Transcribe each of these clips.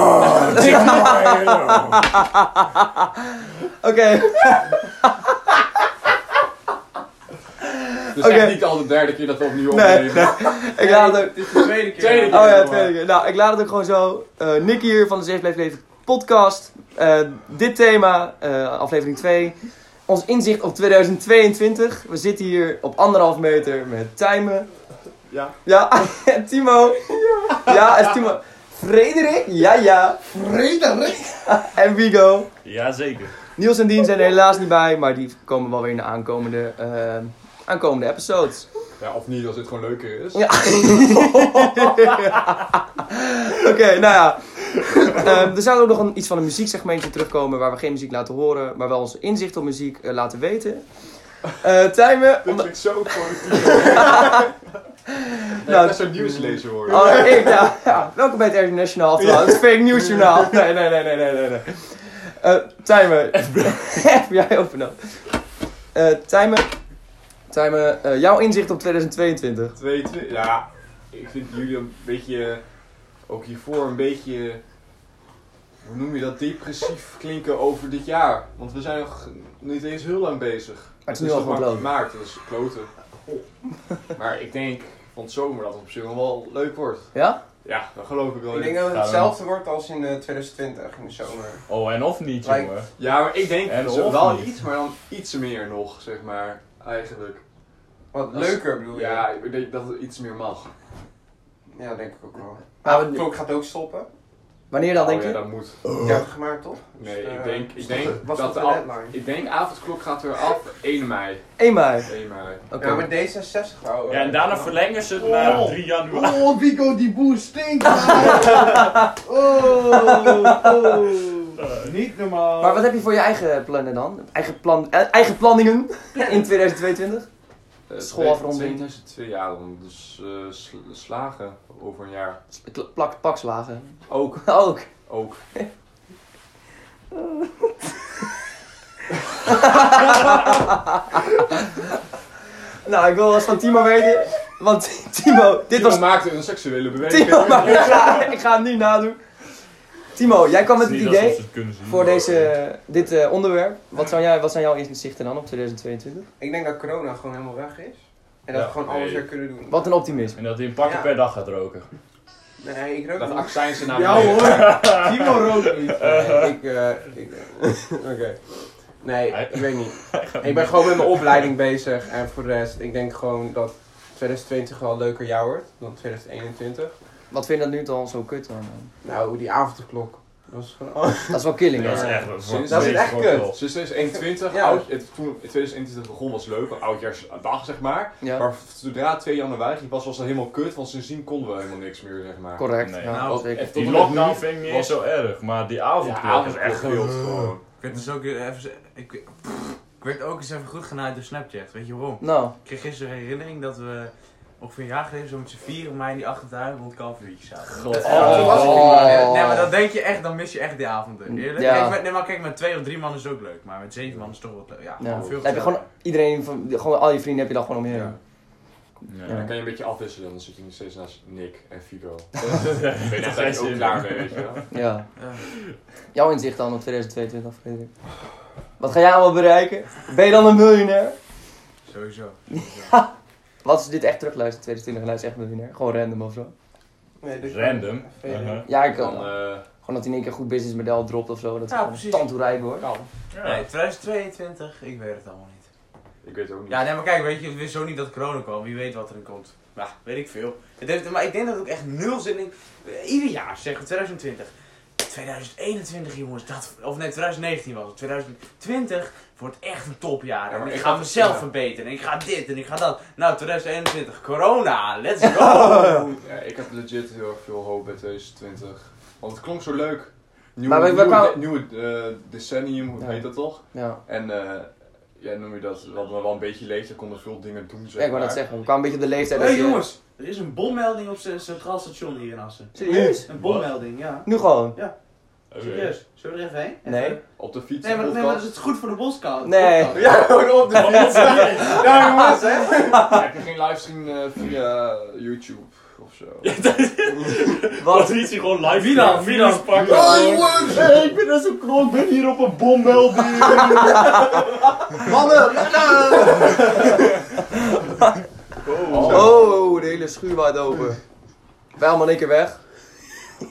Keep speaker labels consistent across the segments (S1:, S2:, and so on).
S1: God!
S2: Oké.
S3: Dus
S2: Oké.
S3: echt niet al de derde keer dat we opnieuw
S2: Nee,
S3: opnemen.
S2: nee. Ik laat het ook.
S1: Dit is de tweede keer.
S3: Tweede keer.
S2: Oh ja, tweede keer. Nou, ik laat het ook gewoon zo. Eh Nick hier van de Zeef Blijft Leven podcast. Eh, dit thema, eh, aflevering 2. Ons inzicht op 2022. We zitten hier op anderhalf meter met Tijmen.
S1: Ja.
S2: Ja, en Timo. Ja, ja en Timo. Frederik. Ja, ja.
S1: Frederik!
S2: En Wigo.
S1: Jazeker.
S2: Niels en Dien zijn er helaas niet bij, maar die komen wel weer in de aankomende, eh, aankomende episodes.
S3: Ja, of niet, als het gewoon leuker is.
S2: Ja. Oké, nou ja. Ehm, er zou ook nog een, iets van een muzieksegmentje terugkomen waar we geen muziek laten horen, maar wel onze inzicht op muziek eh, laten weten. Eh Tijmen,
S3: Dat
S2: om-
S3: vind ik zo positief. nee,
S2: Nou,
S3: nou, dat zou nieuws lezen hoor.
S2: Oh, ik, nou, ja. Welkom bij het Internationaal trouwens. Het fake news journaal. Nee, nee, nee, nee, nee, nee. nee. Eh Tijmen. FBI open up. Eh Tijmen. Tijmen, eh, jouw inzicht op 2022.
S1: 22. Ja, ik vind jullie een beetje. Ook hiervoor een beetje. Hoe noem je dat? Depressief klinken over dit jaar. Want we zijn nog niet eens heel lang bezig.
S2: Maar het is nu al
S1: nog
S2: gewoon
S1: maar
S2: bloot.
S1: maart, dat is kloten.
S2: Oh.
S1: Maar ik denk van het zomer dat het op zich nog wel leuk wordt.
S2: Ja?
S1: Ja, dat geloof ik wel.
S4: Ik
S1: in.
S4: denk dat het
S5: Gaan we-
S4: hetzelfde wordt als in eh, 2020 in de zomer.
S5: Oh, en of niet,
S4: Like-
S5: jongen.
S1: Ja, maar ik denk
S5: En
S1: zo
S5: of
S1: wel
S5: niet.
S1: iets, maar dan iets meer nog, zeg maar. Eigenlijk.
S4: Wat
S1: Dat is-
S4: leuker bedoel je?
S1: Ja, ik denk dat het iets meer mag.
S4: Ja, denk ik ook wel.
S2: Maar
S4: De
S2: we-
S4: klok gaat ook stoppen.
S2: wanneer dan, denk
S1: Nou, oh, ja,
S2: je?
S1: dat moet.
S4: Ja, gemaakt toch?
S1: Nee,
S4: Dus,
S1: ik
S4: eh,
S1: denk,
S4: was
S1: ik denk
S4: was
S1: dat de
S4: de
S1: af-
S4: deadline.
S1: ik denk avondklok gaat er af 1 mei.
S2: 1 mei.
S1: 1 mei.
S2: Oké.
S4: Ja, maar D66 houden.
S5: Ja, en daarna verlengen ze het naar
S6: Oh.
S5: 3 januari.
S6: Oh, Vico, die boer stinkt! man. oh, oh. Niet normaal.
S2: Maar wat heb je voor je eigen plannen dan? Eigen, plan, eh, eigen planningen in 2022?
S1: Eh,
S2: Schoolafronding.
S1: 2002 jaar dan, dus eh, sl- slagen over een jaar.
S2: Kla- Plak, pakslagen.
S1: Ook,
S2: Ook.
S1: ook.
S2: Nou, ik wil wel eens van Timo weten. Want Timo, dit
S1: Timo
S2: was
S1: maakte een seksuele beweging.
S2: Timo, maar ik ga, ik ga hem nu nadoen. Timo, jij kwam met het
S5: Niet alsof
S2: idee
S5: ze het kunnen zien.
S2: voor deze, dit eh, onderwerp. Wat, zou jij, wat zijn jouw inzichten dan op 2022?
S4: Ik denk dat corona gewoon helemaal weg is. En dat
S5: Ja,
S4: we gewoon alles
S1: nee.
S4: weer kunnen doen.
S2: Wat een optimisme.
S5: En dat hij een pakje
S4: Ja.
S5: per dag gaat roken.
S4: Nee, ik rook
S1: Dat
S4: niet.
S1: accijns naar
S6: Ja
S1: beneden.
S6: hoor, Timo rookt niet.
S4: Nee, ik... eh, ik Oké. Nee, ik weet niet. Ik ben gewoon met mijn opleiding bezig. En voor de rest, ik denk gewoon dat 2020 wel een leuker jaar wordt dan 2021.
S2: Wat vind je dat nu dan zo kut dan?
S4: Nou, die avondklok. Dat was gewoon... Oh,
S2: Dat is wel killing.
S5: Dat is
S2: hè?
S5: echt... Dat
S1: is
S4: echt kut.
S1: Dus 2021,
S4: Ja.
S1: oud, het, toen het 2021 begon was leuk, een oudjaarsdag zeg maar.
S2: Ja,
S1: Maar zodra 2 januari was, was dat helemaal kut, want sindsdien konden we helemaal niks meer zeg maar.
S2: correct.
S5: Nee.
S2: Ja,
S7: Nou,
S2: zeker.
S1: echt
S5: Die
S1: tot
S5: lockdown
S1: nu-
S5: vind ik niet
S1: was-
S5: eens zo erg, maar die
S1: Ja,
S5: avondklok is
S1: avondklok
S5: echt
S1: wild
S5: goed.
S1: gewoon.
S7: Ik werd dus ook weer even. Ik, pff, ik werd ook eens even goed genaaid door Snapchat. Weet je waarom?
S2: Nou,
S7: Ik kreeg gisteren een herinnering dat we ongeveer een jaar geleden zo met z'n vier in mei in die achtertuin rond kalvertjes zaten.
S1: God.
S4: Oh.
S7: Dat was
S2: Oh. Mm,
S7: prima. Ja, Nee, maar dan denk je echt, dan mis je echt die avonden. Eerlijk?
S2: Ja.
S7: Kijk, met, nee, maar kijk, met twee of drie man is het ook leuk, maar met zeven man is het toch wat leuk. Ja,
S2: ja.
S7: gewoon veel
S2: Dan heb je gewoon
S7: gezelliger.
S2: iedereen, van, gewoon al je vrienden heb je dan gewoon om je heen.
S5: Ja.
S1: Dan
S2: Ja.
S1: kan je een beetje afwisselen, dan zit je nog steeds naast Nick en Figo. Ik ben echt echt ook klaar mee, weet je wel.
S2: Ja.
S7: Ja.
S2: Jouw inzicht dan op 2022, Frederik? Wat ga jij allemaal bereiken? Ben je dan een miljonair?
S7: Sowieso.
S2: Wat is dit echt terugluisteren, 2020 en hij is echt miljonair? Gewoon random of zo?
S4: Nee, dus-
S5: Random.
S4: Even-
S5: Uh-huh.
S2: Ja, ik kan.
S1: Dan, eh,
S2: Gewoon dat hij in één keer een goed businessmodel dropt of zo. Dat
S7: Ja,
S2: hij gewoon
S7: precies.
S2: tandtoerijk wordt.
S7: Nee, 2022, ik weet het allemaal niet.
S1: ik weet het ook niet.
S7: Ja, nee, maar kijk, weet je, we wisten zo niet dat corona kwam. Wie weet wat erin komt. Ja, weet ik veel. Het heeft, maar ik denk dat het ook echt nul zin in... Ieder jaar, zeg, 2020. 2021, jongens, dat... Of nee, 2019 was het. 2020 wordt echt een topjaar.
S1: Ja, maar
S7: en ik
S1: ik
S7: ga
S1: had-
S7: mezelf
S1: ja.
S7: verbeteren. En ik ga dit en ik ga dat. Nou, 2021, corona, let's go!
S1: Oh, Ja, ik heb legit heel erg veel hoop bij 2020. Want het klonk zo leuk. Nieuwe,
S2: Maar we- we
S1: nieuwe,
S2: kwamen-
S1: nieuwe, eh, decennium, hoe
S2: Ja.
S1: heet dat toch?
S2: Ja.
S1: En eh, ja, noem je dat, wat we wel een beetje leeftijd konden veel dingen doen, zeg
S2: Ja, ik wou
S1: maar.
S2: dat zeggen. We kwamen een beetje op de leeftijd.
S7: Hé,
S2: dat je-
S7: jongens, er is een bommelding op het Centraal Station hier in Assen.
S2: Serieus?
S7: Een bommelding, ja.
S2: Nu gewoon.
S7: Serieus, zullen we er even heen? Even-
S2: Nee.
S1: Op de fiets,
S7: Nee, maar, nee, maar dat
S1: podcast.
S7: is het goed voor de boskant.
S2: Nee.
S1: Ja, gewoon op de fiets.
S7: Ja, jongens, hè?
S1: Heb je geen livestream eh, via YouTube? of zo.
S2: Wat?
S5: Traditie gewoon live.
S7: Wie dan? Wie dan?
S5: Pakken.
S1: ik ben net zo knol, ik ben hier op een bommelding.
S6: Mannen, mannen!
S2: Oh, de hele schuur waait open. Wij allemaal in één keer weg.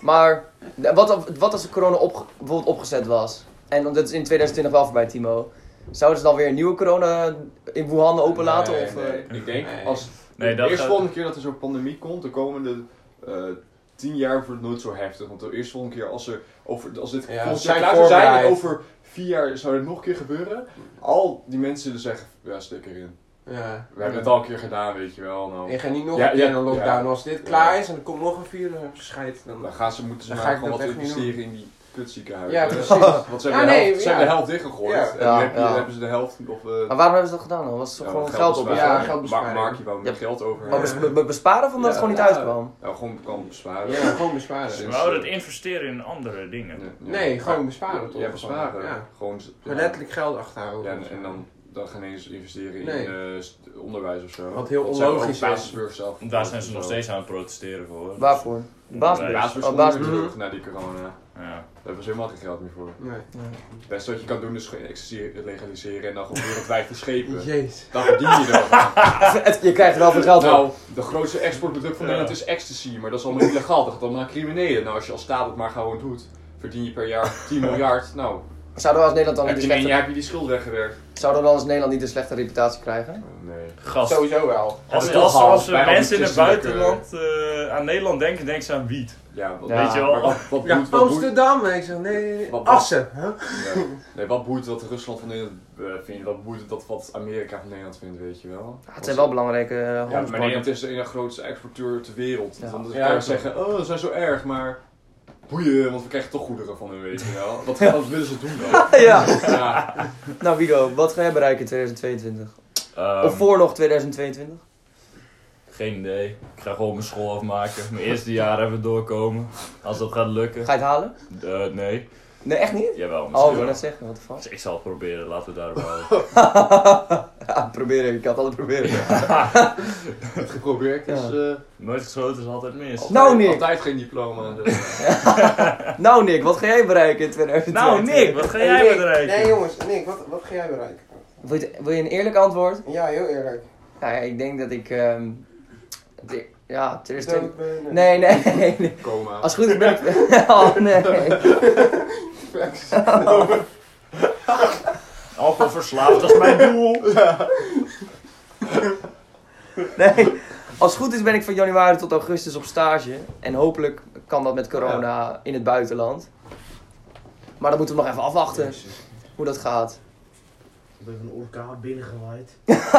S2: Maar wat, al- wat als de corona opge- bijvoorbeeld opgezet was? En dat is in 2020 wel voorbij, Timo. Zouden ze dan weer een nieuwe corona in Wuhan openlaten?
S1: Nee,
S2: of, eh,
S1: nee. Ik denk,
S4: Nee.
S1: als
S5: Nee, dat
S1: de eerste
S5: gaat-
S1: volgende keer dat er zo'n pandemie komt, de komende eh tien jaar wordt het nooit zo heftig. Want de eerste volgende keer, als, er over, als dit
S4: Ja,
S1: volgens
S4: zijn
S1: jaar klaar zou zijn, en
S4: voorbereid.
S1: over vier jaar zou dit nog een keer gebeuren, al die mensen zullen zeggen, ja, stik erin.
S4: Ja.
S1: We hebben het al een keer gedaan, weet je wel. Nou,
S4: Ik ga niet nog
S1: Ja,
S4: een keer
S1: ja,
S4: in een lockdown.
S1: ja.
S4: Als dit
S1: Ja.
S4: klaar is en er komt nog een virus, dan scheid dan.
S1: dan gaan ze, moeten ze
S4: Dan
S1: maar
S4: ga ik
S1: gewoon wat
S4: dat echt niet
S1: investeren in die kutziekenhuizen.
S4: Ja,
S1: Want
S4: precies. Ja,
S1: ze hebben,
S4: Ja,
S1: de,
S4: nee,
S1: helft, ze hebben
S4: ja.
S1: de helft dichtgegooid.
S4: Ja.
S1: En
S2: Ja,
S1: nu heb je-
S2: ja.
S1: dan hebben ze de helft of... eh,
S2: Maar waarom hebben ze dat gedaan dan? Was
S1: ja,
S2: het gewoon
S1: geld
S2: geld op?
S1: besparen.
S4: Ja, geld besparen.
S1: Ma- Maak je wel meer
S2: Ja.
S1: geld over.
S2: Maar bes- be- besparen of omdat het
S1: Ja.
S2: gewoon niet uitkwam?
S1: Ja, gewoon kan besparen.
S4: Ja, gewoon besparen.
S5: We houden het investeren in andere dingen.
S1: Nee,
S4: Nee, gewoon besparen toch?
S1: Ja, besparen.
S4: Ja.
S1: Gewoon,
S4: Maar letterlijk geld achterhouden.
S1: Ja, en, en dan, dan gaan eens investeren
S4: Nee.
S1: in eh, st- onderwijs of zo.
S4: Wat heel
S1: Dat zijn
S4: onlogisch
S1: ook
S4: is.
S1: basisburgers zelf.
S5: Want Daar zijn ze nog
S1: Zo.
S5: steeds aan het protesteren voor.
S2: Waarvoor? Baas-
S5: Nee.
S1: Basisburgers
S2: Oh,
S1: oh,
S2: basisburgers.
S1: terug naar die corona. Daar
S5: Ja.
S1: hebben ze helemaal geen geld meer voor.
S4: Nee.
S1: Het beste wat je kan doen is gewoon ecstasy legaliseren en dan gewoon wereldwijd verschepen.
S4: Jeez.
S1: Dan verdien je dat.
S2: Het- Je krijgt er wel veel geld op.
S1: Nou, de grootste exportproduct van
S5: Ja.
S1: Nederland is ecstasy, maar dat is allemaal illegaal. Dat gaat allemaal naar criminelen. Nou, als je als staat het maar gewoon doet, verdien je per jaar 10 miljard. Nou,
S2: Zouden we als Nederland dan niet
S1: heb
S2: een
S1: je
S2: slechte,
S1: in één jaar heb je die schuld weggewerkt.
S2: zouden we dan als Nederland niet een slechte reputatie krijgen?
S1: Nee.
S5: Gast.
S4: Sowieso wel.
S5: Als,
S1: toch
S5: als,
S1: al
S5: als er
S1: bij al die
S5: mensen in het
S1: christelijke-
S5: buitenland eh, aan Nederland denken, denken ze aan wiet.
S1: Ja, wat,
S2: Ja.
S5: Weet je wel?
S1: maar wat, wat
S4: Ja,
S1: doet- wat doet-
S4: Amsterdam. Ik zeg nee.
S1: Wat-
S4: Assen. Huh?
S1: Ja. Nee, wat boeit dat Rusland van Nederland eh, vindt? Wat boeit het dat wat Amerika van Nederland vindt, weet je wel?
S2: Ja, het zijn wel belangrijke eh,
S1: Ja, maar
S2: handelspartners.
S1: Nederland is de ene grootste exporteur ter wereld.
S2: Ja.
S1: Dus dan
S4: Ja,
S1: kan je
S4: klopt.
S1: zeggen, oh, ze zijn zo erg, maar boeien, want we krijgen toch goederen van hun, weet je wel. Wat, wat willen ze doen dan?
S2: ja.
S1: Ja,
S2: Nou Wigo, wat ga jij bereiken in 2022?
S5: Ehm,
S2: of voor nog 2022?
S5: Geen idee. Ik ga gewoon mijn school afmaken. Mijn eerste jaar even doorkomen. Als dat gaat lukken.
S2: Ga je het halen?
S5: Eh, nee.
S2: Nee, echt niet?
S5: Jawel,
S2: Oh, ik
S5: misschien
S2: wil
S5: wel.
S2: net zeggen, wat de fuck.
S5: Dus ik zal het proberen. Laten we daarop houden.
S2: Ja, proberen, ik kan het altijd proberen.
S1: het geprobeerd is eh,
S5: Nooit gesloten is altijd mis.
S1: Oh,
S2: Nou Nick,
S1: altijd geen diploma. Dus.
S2: nou Nick, wat ga jij bereiken in 2022?
S5: Nou Nick, wat ga
S4: Hey,
S5: jij
S4: Nick.
S5: bereiken?
S4: Nee jongens, Nick, wat, wat ga jij bereiken?
S2: Wil je, wil je een eerlijk antwoord?
S4: Ja, heel eerlijk.
S2: Nou ja, ik denk dat ik... ehm, het e- ja,
S4: Dood
S2: 2022...
S4: ben, eh,
S2: Nee, nee, nee, nee.
S1: Coma.
S2: Als het goed is ben ik... Oh nee.
S5: Alcohol verslaafd, dat is mijn doel.
S2: Nee. Als het goed is ben ik van januari tot augustus op stage. En hopelijk kan dat met corona in het buitenland. Maar dat moeten we nog even afwachten. Hoe dat gaat.
S6: Ik ben van een orkaan binnengewaaid.
S2: Hebben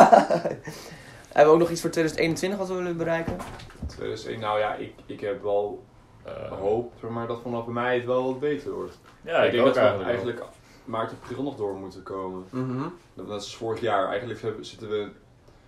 S2: we ook nog iets voor 2021 wat we willen bereiken?
S1: 2001, nou ja, ik, ik heb wel
S5: Eh,
S1: hoop, zeg maar dat vanaf mij het wel wat beter wordt.
S5: ja, ik,
S1: denk
S5: ook
S1: dat we
S5: eigenlijk. wel.
S1: eigenlijk maart april nog door moeten komen.
S4: Mhm.
S1: Dat dat is vorig jaar. Eigenlijk hebben- zitten we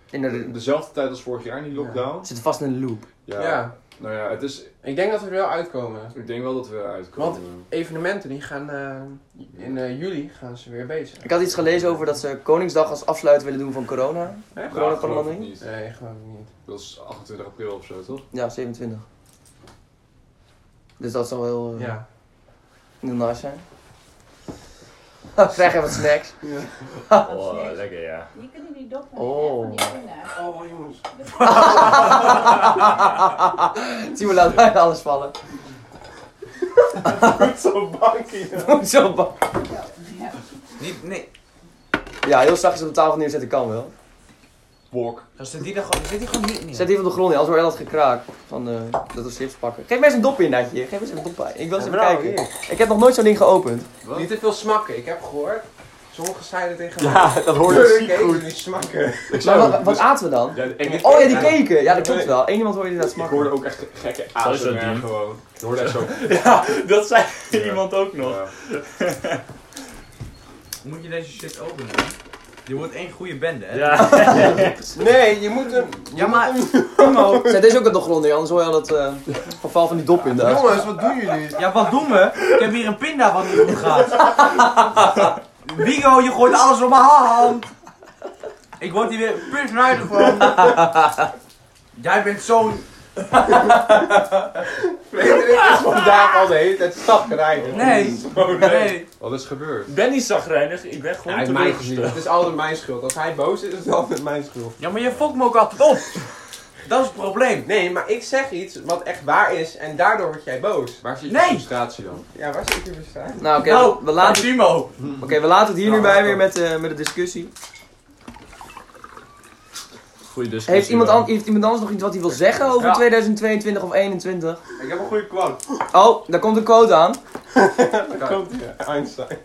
S2: In de,
S1: dezelfde tijd als vorig jaar in die lockdown.
S2: we zitten vast in een loop.
S1: Ja.
S4: Ja.
S1: Nou ja, het is,
S4: ik denk dat we er wel uitkomen.
S1: ik denk wel dat we uitkomen. Nou,
S4: Evenementen die gaan eh, in eh, juli gaan ze weer bezig.
S2: Ik had iets gelezen over dat ze Koningsdag als afsluit willen doen van corona.
S1: Nou,
S2: corona
S1: geloof
S2: kan dan
S1: ik
S2: niet.
S1: niet.
S4: Nee, geloof ik niet.
S1: Dat is 28 april of zo, toch?
S2: Ja, 27. Dus dat zal heel, eh,
S4: Ja.
S2: heel nice zijn. Krijg even wat snacks.
S5: Oh, lekker ja.
S8: Die kunnen die dokter
S2: Oh.
S8: niet echt van die kinderen.
S4: Oh jongens.
S2: Timo laat bijna alles vallen. Moet zo bang.
S8: Ja.
S7: Niet, nee.
S2: Ja, heel zachtjes op de tafel neerzetten kan wel.
S1: Bok.
S7: Dan zit die, dan gewoon- zit die gewoon niet meer.
S2: Zet die even op de grond, ja, anders hoor je dat gekraak. Van eh, dat we chips pakken. Geef mij eens een dop in, Natje. Geef mij eens een dop bij. Ik wil eens even
S4: Nou,
S2: kijken.
S4: hier.
S2: Ik heb nog nooit zo'n ding geopend.
S1: Wat?
S4: Niet te veel smakken. Ik heb gehoord. Sommigen zeiden tegen
S2: dat
S4: mij.
S2: ik.
S4: Turk eten jullie smakken.
S1: Ik
S2: Maar
S1: zou
S2: wat, wat aten we dan?
S1: Ja, ik, ik,
S2: Oh ja, die keken. Ja, dat klopt wel. Eén iemand hoorde die dat smaken.
S1: hoorde ook echt gekke
S5: Zal ik dat
S1: ASMR
S5: doen?
S1: gewoon. Ik hoorde echt zo...
S5: Dat zei
S1: Ja.
S5: iemand ook nog.
S1: ja.
S7: Moet je deze shit openen? Dit wordt één goede bende, hè?
S5: Ja.
S4: Nee, je moet hem.
S2: Ja, maar... Timo. Zet deze ook op de grond neer, anders hoor je al dat eh, geval van die dop in daar.
S4: Jongens, wat doen jullie?
S7: Ja, wat doen we? Ik heb hier een pinda wat niet goed gaat. Wigo, je gooit alles op mijn hand. Ik word hier weer pisnuidig van. Jij bent zo'n
S4: Frederik is vandaag al de hele tijd stapgerijden.
S7: Nee,
S5: Oh,
S7: nee.
S1: Wat is gebeurd?
S5: Ik ben niet zagrijnig, ik ben
S4: Ja,
S5: gewoon
S4: hij heeft mij gezien.
S5: teleurgesteld.
S4: Het is altijd mijn schuld. Als hij boos is, is het altijd mijn schuld.
S7: Ja, maar je fokt me ook altijd op. Dat is het probleem.
S4: Nee, maar ik zeg iets wat echt waar is en daardoor word jij boos.
S1: Waar zit je
S7: Nee!
S1: frustratie dan?
S4: Ja, waar zit je bestaan?
S2: Nou, oké,
S7: Nou,
S2: we, laten,
S7: Timo.
S2: oké, we laten het hier nu bij weer met, eh, met de discussie.
S5: Goeie discussie.
S2: Heeft iemand,
S5: man.
S2: an- heeft iemand anders nog iets wat hij wil zeggen over
S7: Ja.
S2: 2022 of 2021?
S9: Ik heb een goede quote.
S2: Oh, daar komt een quote aan.
S4: Komt hier, Einstein.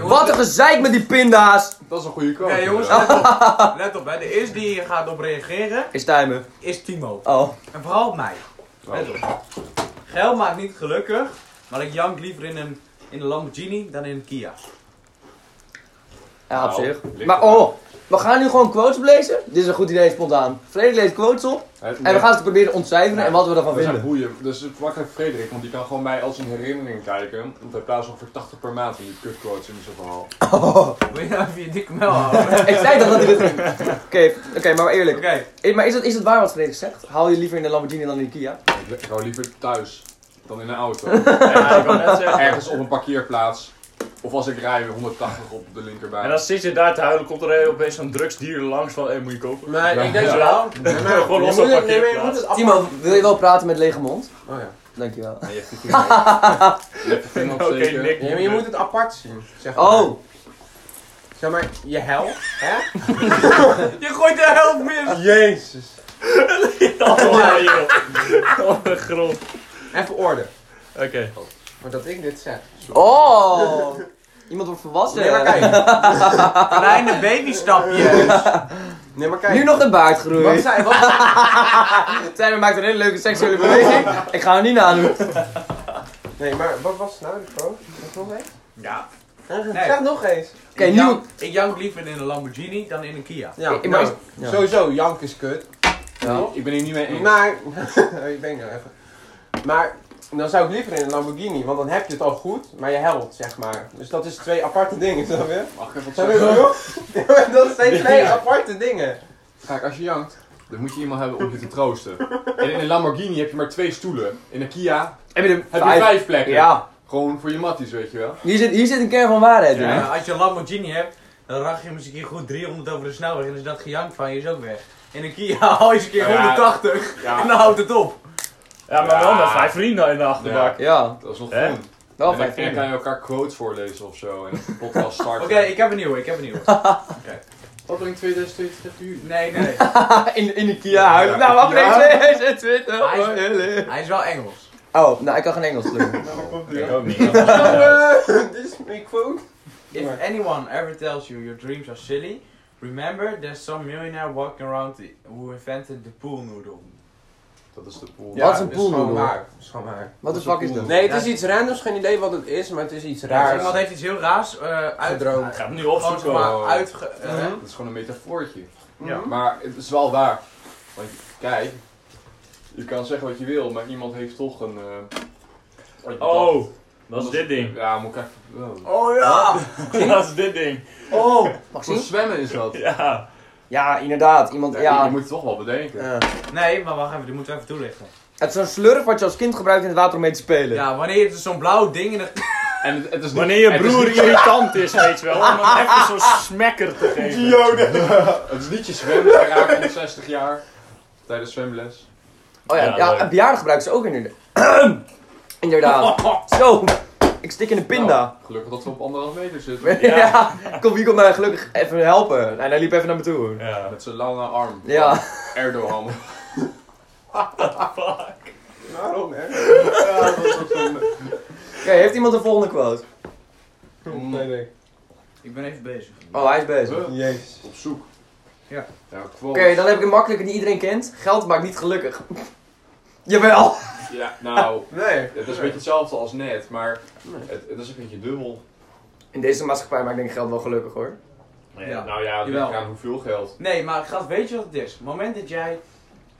S2: Wat een gezeik met die pinda's!
S1: Dat is een goede quote.
S7: Nee, jongens, let op. Let op, hè. De eerste die hier gaat op reageren
S2: Is timer.
S7: is Timo.
S2: Oh.
S7: En vooral op mij. Let op. Geld maakt niet gelukkig, maar ik jank liever in een, in een Lamborghini dan in een Kia.
S2: Ja, op
S1: Nou,
S2: zich.
S1: ligt
S2: Maar
S1: eraan.
S2: oh, we gaan nu gewoon quotes lezen. Dit is een goed idee, spontaan. Frederik leest quotes op. En we gaan ze proberen ontcijferen en wat we ervan
S1: Dat zijn
S2: vinden.
S1: boeien. Dus het makkelijk Frederik, want die kan gewoon mij als een herinnering kijken. Want hij plaatst ongeveer 80 per maand in die kutquotes in zijn verhaal.
S7: Wil je nou even je dikke mel houden?
S2: Ik zei toch dat hij dit ging. Oké, oké, maar eerlijk.
S7: Oké.
S2: Eh, Maar is dat, is dat waar wat Frederik zegt? Haal je liever in de Lamborghini dan in de Kia?
S1: Ik hou liever thuis dan in een auto.
S5: Ja, ik wou net zeggen.
S1: Ergens op een parkeerplaats. Of als ik rij 180 op de
S5: En
S1: linkerbaan.
S5: dan zit je daar te huilen, komt er opeens zo'n drugsdier langs van, hé, moet je kopen?
S4: Maar ik denk
S5: Ja.
S4: wel.
S5: Gewoon los
S4: je
S5: op
S4: moet het, nee, maar je moet
S5: parkeerplaats.
S4: het af.
S2: Timo, wil je wel praten met lege mond?
S4: Oh ja.
S2: Dankjewel.
S1: En je hebt je vinger op. Je hebt je vinger
S5: Oké,
S1: opsteken.
S5: Nick.
S4: Nee, maar je moet het apart zien. Zeg maar.
S2: Oh,
S4: Zeg maar, je hel. Hè?
S7: Je gooit de helft mis.
S4: Jezus.
S5: Oh, joh. Oh, de grond.
S4: Even orde.
S5: Oké.
S4: Maar dat ik dit zeg.
S2: oh! Iemand wordt volwassen.
S4: Nee, maar kijk.
S7: Kleine babystapjes.
S4: Nee, maar kijk.
S2: Nu nog de baard
S4: Wat
S2: groeien.
S4: zei, wat,
S2: Tijmen maakt een hele leuke seksuele beweging. Ik ga hem niet nadoen.
S4: nee, maar wat was het nou de quote? Zeg nog eens.
S7: Ja.
S4: Nee. Zeg nog eens.
S2: Oké,
S7: Ik
S2: nieuw.
S7: jank- Ik jank liever in een Lamborghini dan in een Kia.
S4: Ja,
S2: Ik- ik-
S4: nou,
S2: ja.
S4: sowieso, Jank is kut.
S1: Ik ben hier niet mee eens.
S4: Maar, ik ben er even. Maar, dan zou ik liever in een Lamborghini, want dan heb je het al goed, maar je helpt, zeg maar. Dus dat is twee aparte dingen, snap je?
S1: Mag ik even wat
S4: Snap je wat
S1: zeggen?
S4: ik bedoel? Ja, maar Dat zijn twee aparte dingen.
S1: Kijk, als je jankt, dan moet je iemand hebben om je te troosten. En in een Lamborghini heb je maar twee stoelen. In een Kia
S2: Heb je de
S1: heb je vijf plekken.
S2: Ja,
S1: Gewoon voor je matties, weet je wel.
S2: hier zit, hier zit een kern van waarheid in.
S7: Ja, als je een Lamborghini hebt, dan rach je hem eens een keer goed 300 over de snelweg en is dat gejank van je is ook weg. In een Kia haal je eens een keer
S1: Ja.
S7: 180 en
S1: Ja,
S7: dan houdt het op.
S5: Ja, maar wel met vijf vrienden in de achterbak.
S2: Ja,
S1: dat is nog
S5: Hè?
S1: fun.
S2: wel
S1: en dan
S2: vijf
S1: en dan
S2: vrienden.
S1: kan je elkaar quotes voorlezen of zo. En een podcast
S7: Oké,
S1: starten.
S7: ik heb een nieuwe, ik heb een nieuwe.
S1: Wat brengt 2022 uur?
S7: Nee, nee.
S2: Ah, In, in de Kia huilen. Nou, wacht
S7: Ja.
S2: even. 2020.
S7: Hij is-
S2: Oh, hele.
S7: Hij is wel Engels.
S2: Oh, nou, ik kan geen Engels leren.
S5: Ik ook niet. dat was eruit.
S4: Dit is mijn quote.
S7: If anyone ever tells you your dreams are silly, remember there's some millionaire walking around the- who invented the pool noodle. dus
S1: Dat is de pool.
S2: Ja. Wat is een
S4: dit gewoon
S2: poolnoedel?
S4: waar, dit is gewoon waar.
S2: Wat de fuck is dat?
S4: Nee, het is iets randoms, geen idee wat het is, maar het is iets
S7: Dus
S4: raars.
S7: iemand heeft iets heel raars eh uit,
S4: Gedroomd.
S5: Ik ga hem nu
S7: gewoon zeg
S5: opzoeken.
S7: maar
S1: Oh.
S7: uitge... eh,
S4: Mhm.
S1: Dat is gewoon een metafoortje.
S7: Ja.
S1: Maar het is wel waar. Want kijk, je kan zeggen wat je wil, maar iemand heeft toch een. eh, wat bedacht.
S5: Oh, dat is dit ding.
S1: Ja, moet ik even. oh.
S7: Oh ja!
S5: Dat is dit ding.
S1: Oh,
S2: Mag ik
S1: voor
S2: zien?
S1: zwemmen is dat.
S5: Ja.
S2: Ja, inderdaad. Iemand,
S1: Ja, je
S2: ja.
S1: moet het toch wel bedenken.
S2: Ja.
S7: Nee, maar wacht even, die moeten we even toelichten.
S2: Het is zo'n slurf wat je als kind gebruikt in het water om mee te spelen.
S7: Ja, wanneer je zo'n blauw ding in de...
S1: En het, het is niet-
S5: Wanneer je
S1: het is
S5: broer
S1: niet-
S5: irritant is, weet je wel. Om hem even zo'n smekker te geven.
S1: Het is niet je zwemmen, hij raakt om 60 jaar. Tijdens zwemles.
S2: Oh ja,
S5: Ja,
S2: ja,
S5: leuk.
S2: een bejaarde gebruikt ze ook inderdaad. inderdaad. Zo, ik stik in de pinda.
S1: Nou, gelukkig dat we op anderhalf meter zitten.
S2: Ja. Kom, wie komt mij gelukkig even helpen? En hij liep even naar me toe.
S5: Ja.
S1: Met zijn lange arm.
S2: Ja.
S1: Erdogan.
S4: Waarom, hè?
S1: Ja, dat is ook zo'n-
S2: Oké, heeft iemand de volgende quote?
S1: Mm,
S7: Ik ben even bezig.
S2: Oh, hij is bezig. Oké,
S1: huh?
S4: Jezus.
S1: Op zoek.
S7: Ja.
S1: Ja, quote.
S2: dan heb ik een makkelijke die iedereen kent. Geld maakt niet gelukkig. Jawel.
S1: Ja, nou,
S4: Nee.
S1: het is een beetje hetzelfde als net, maar het, het is een beetje dubbel.
S2: In deze maatschappij maakt denk ik geld wel gelukkig hoor.
S5: Ja,
S7: Ja.
S1: Nou ja, het ligt
S7: Jawel.
S1: aan hoeveel geld.
S7: Nee, maar gaat, weet je wat het is? Op het moment dat jij...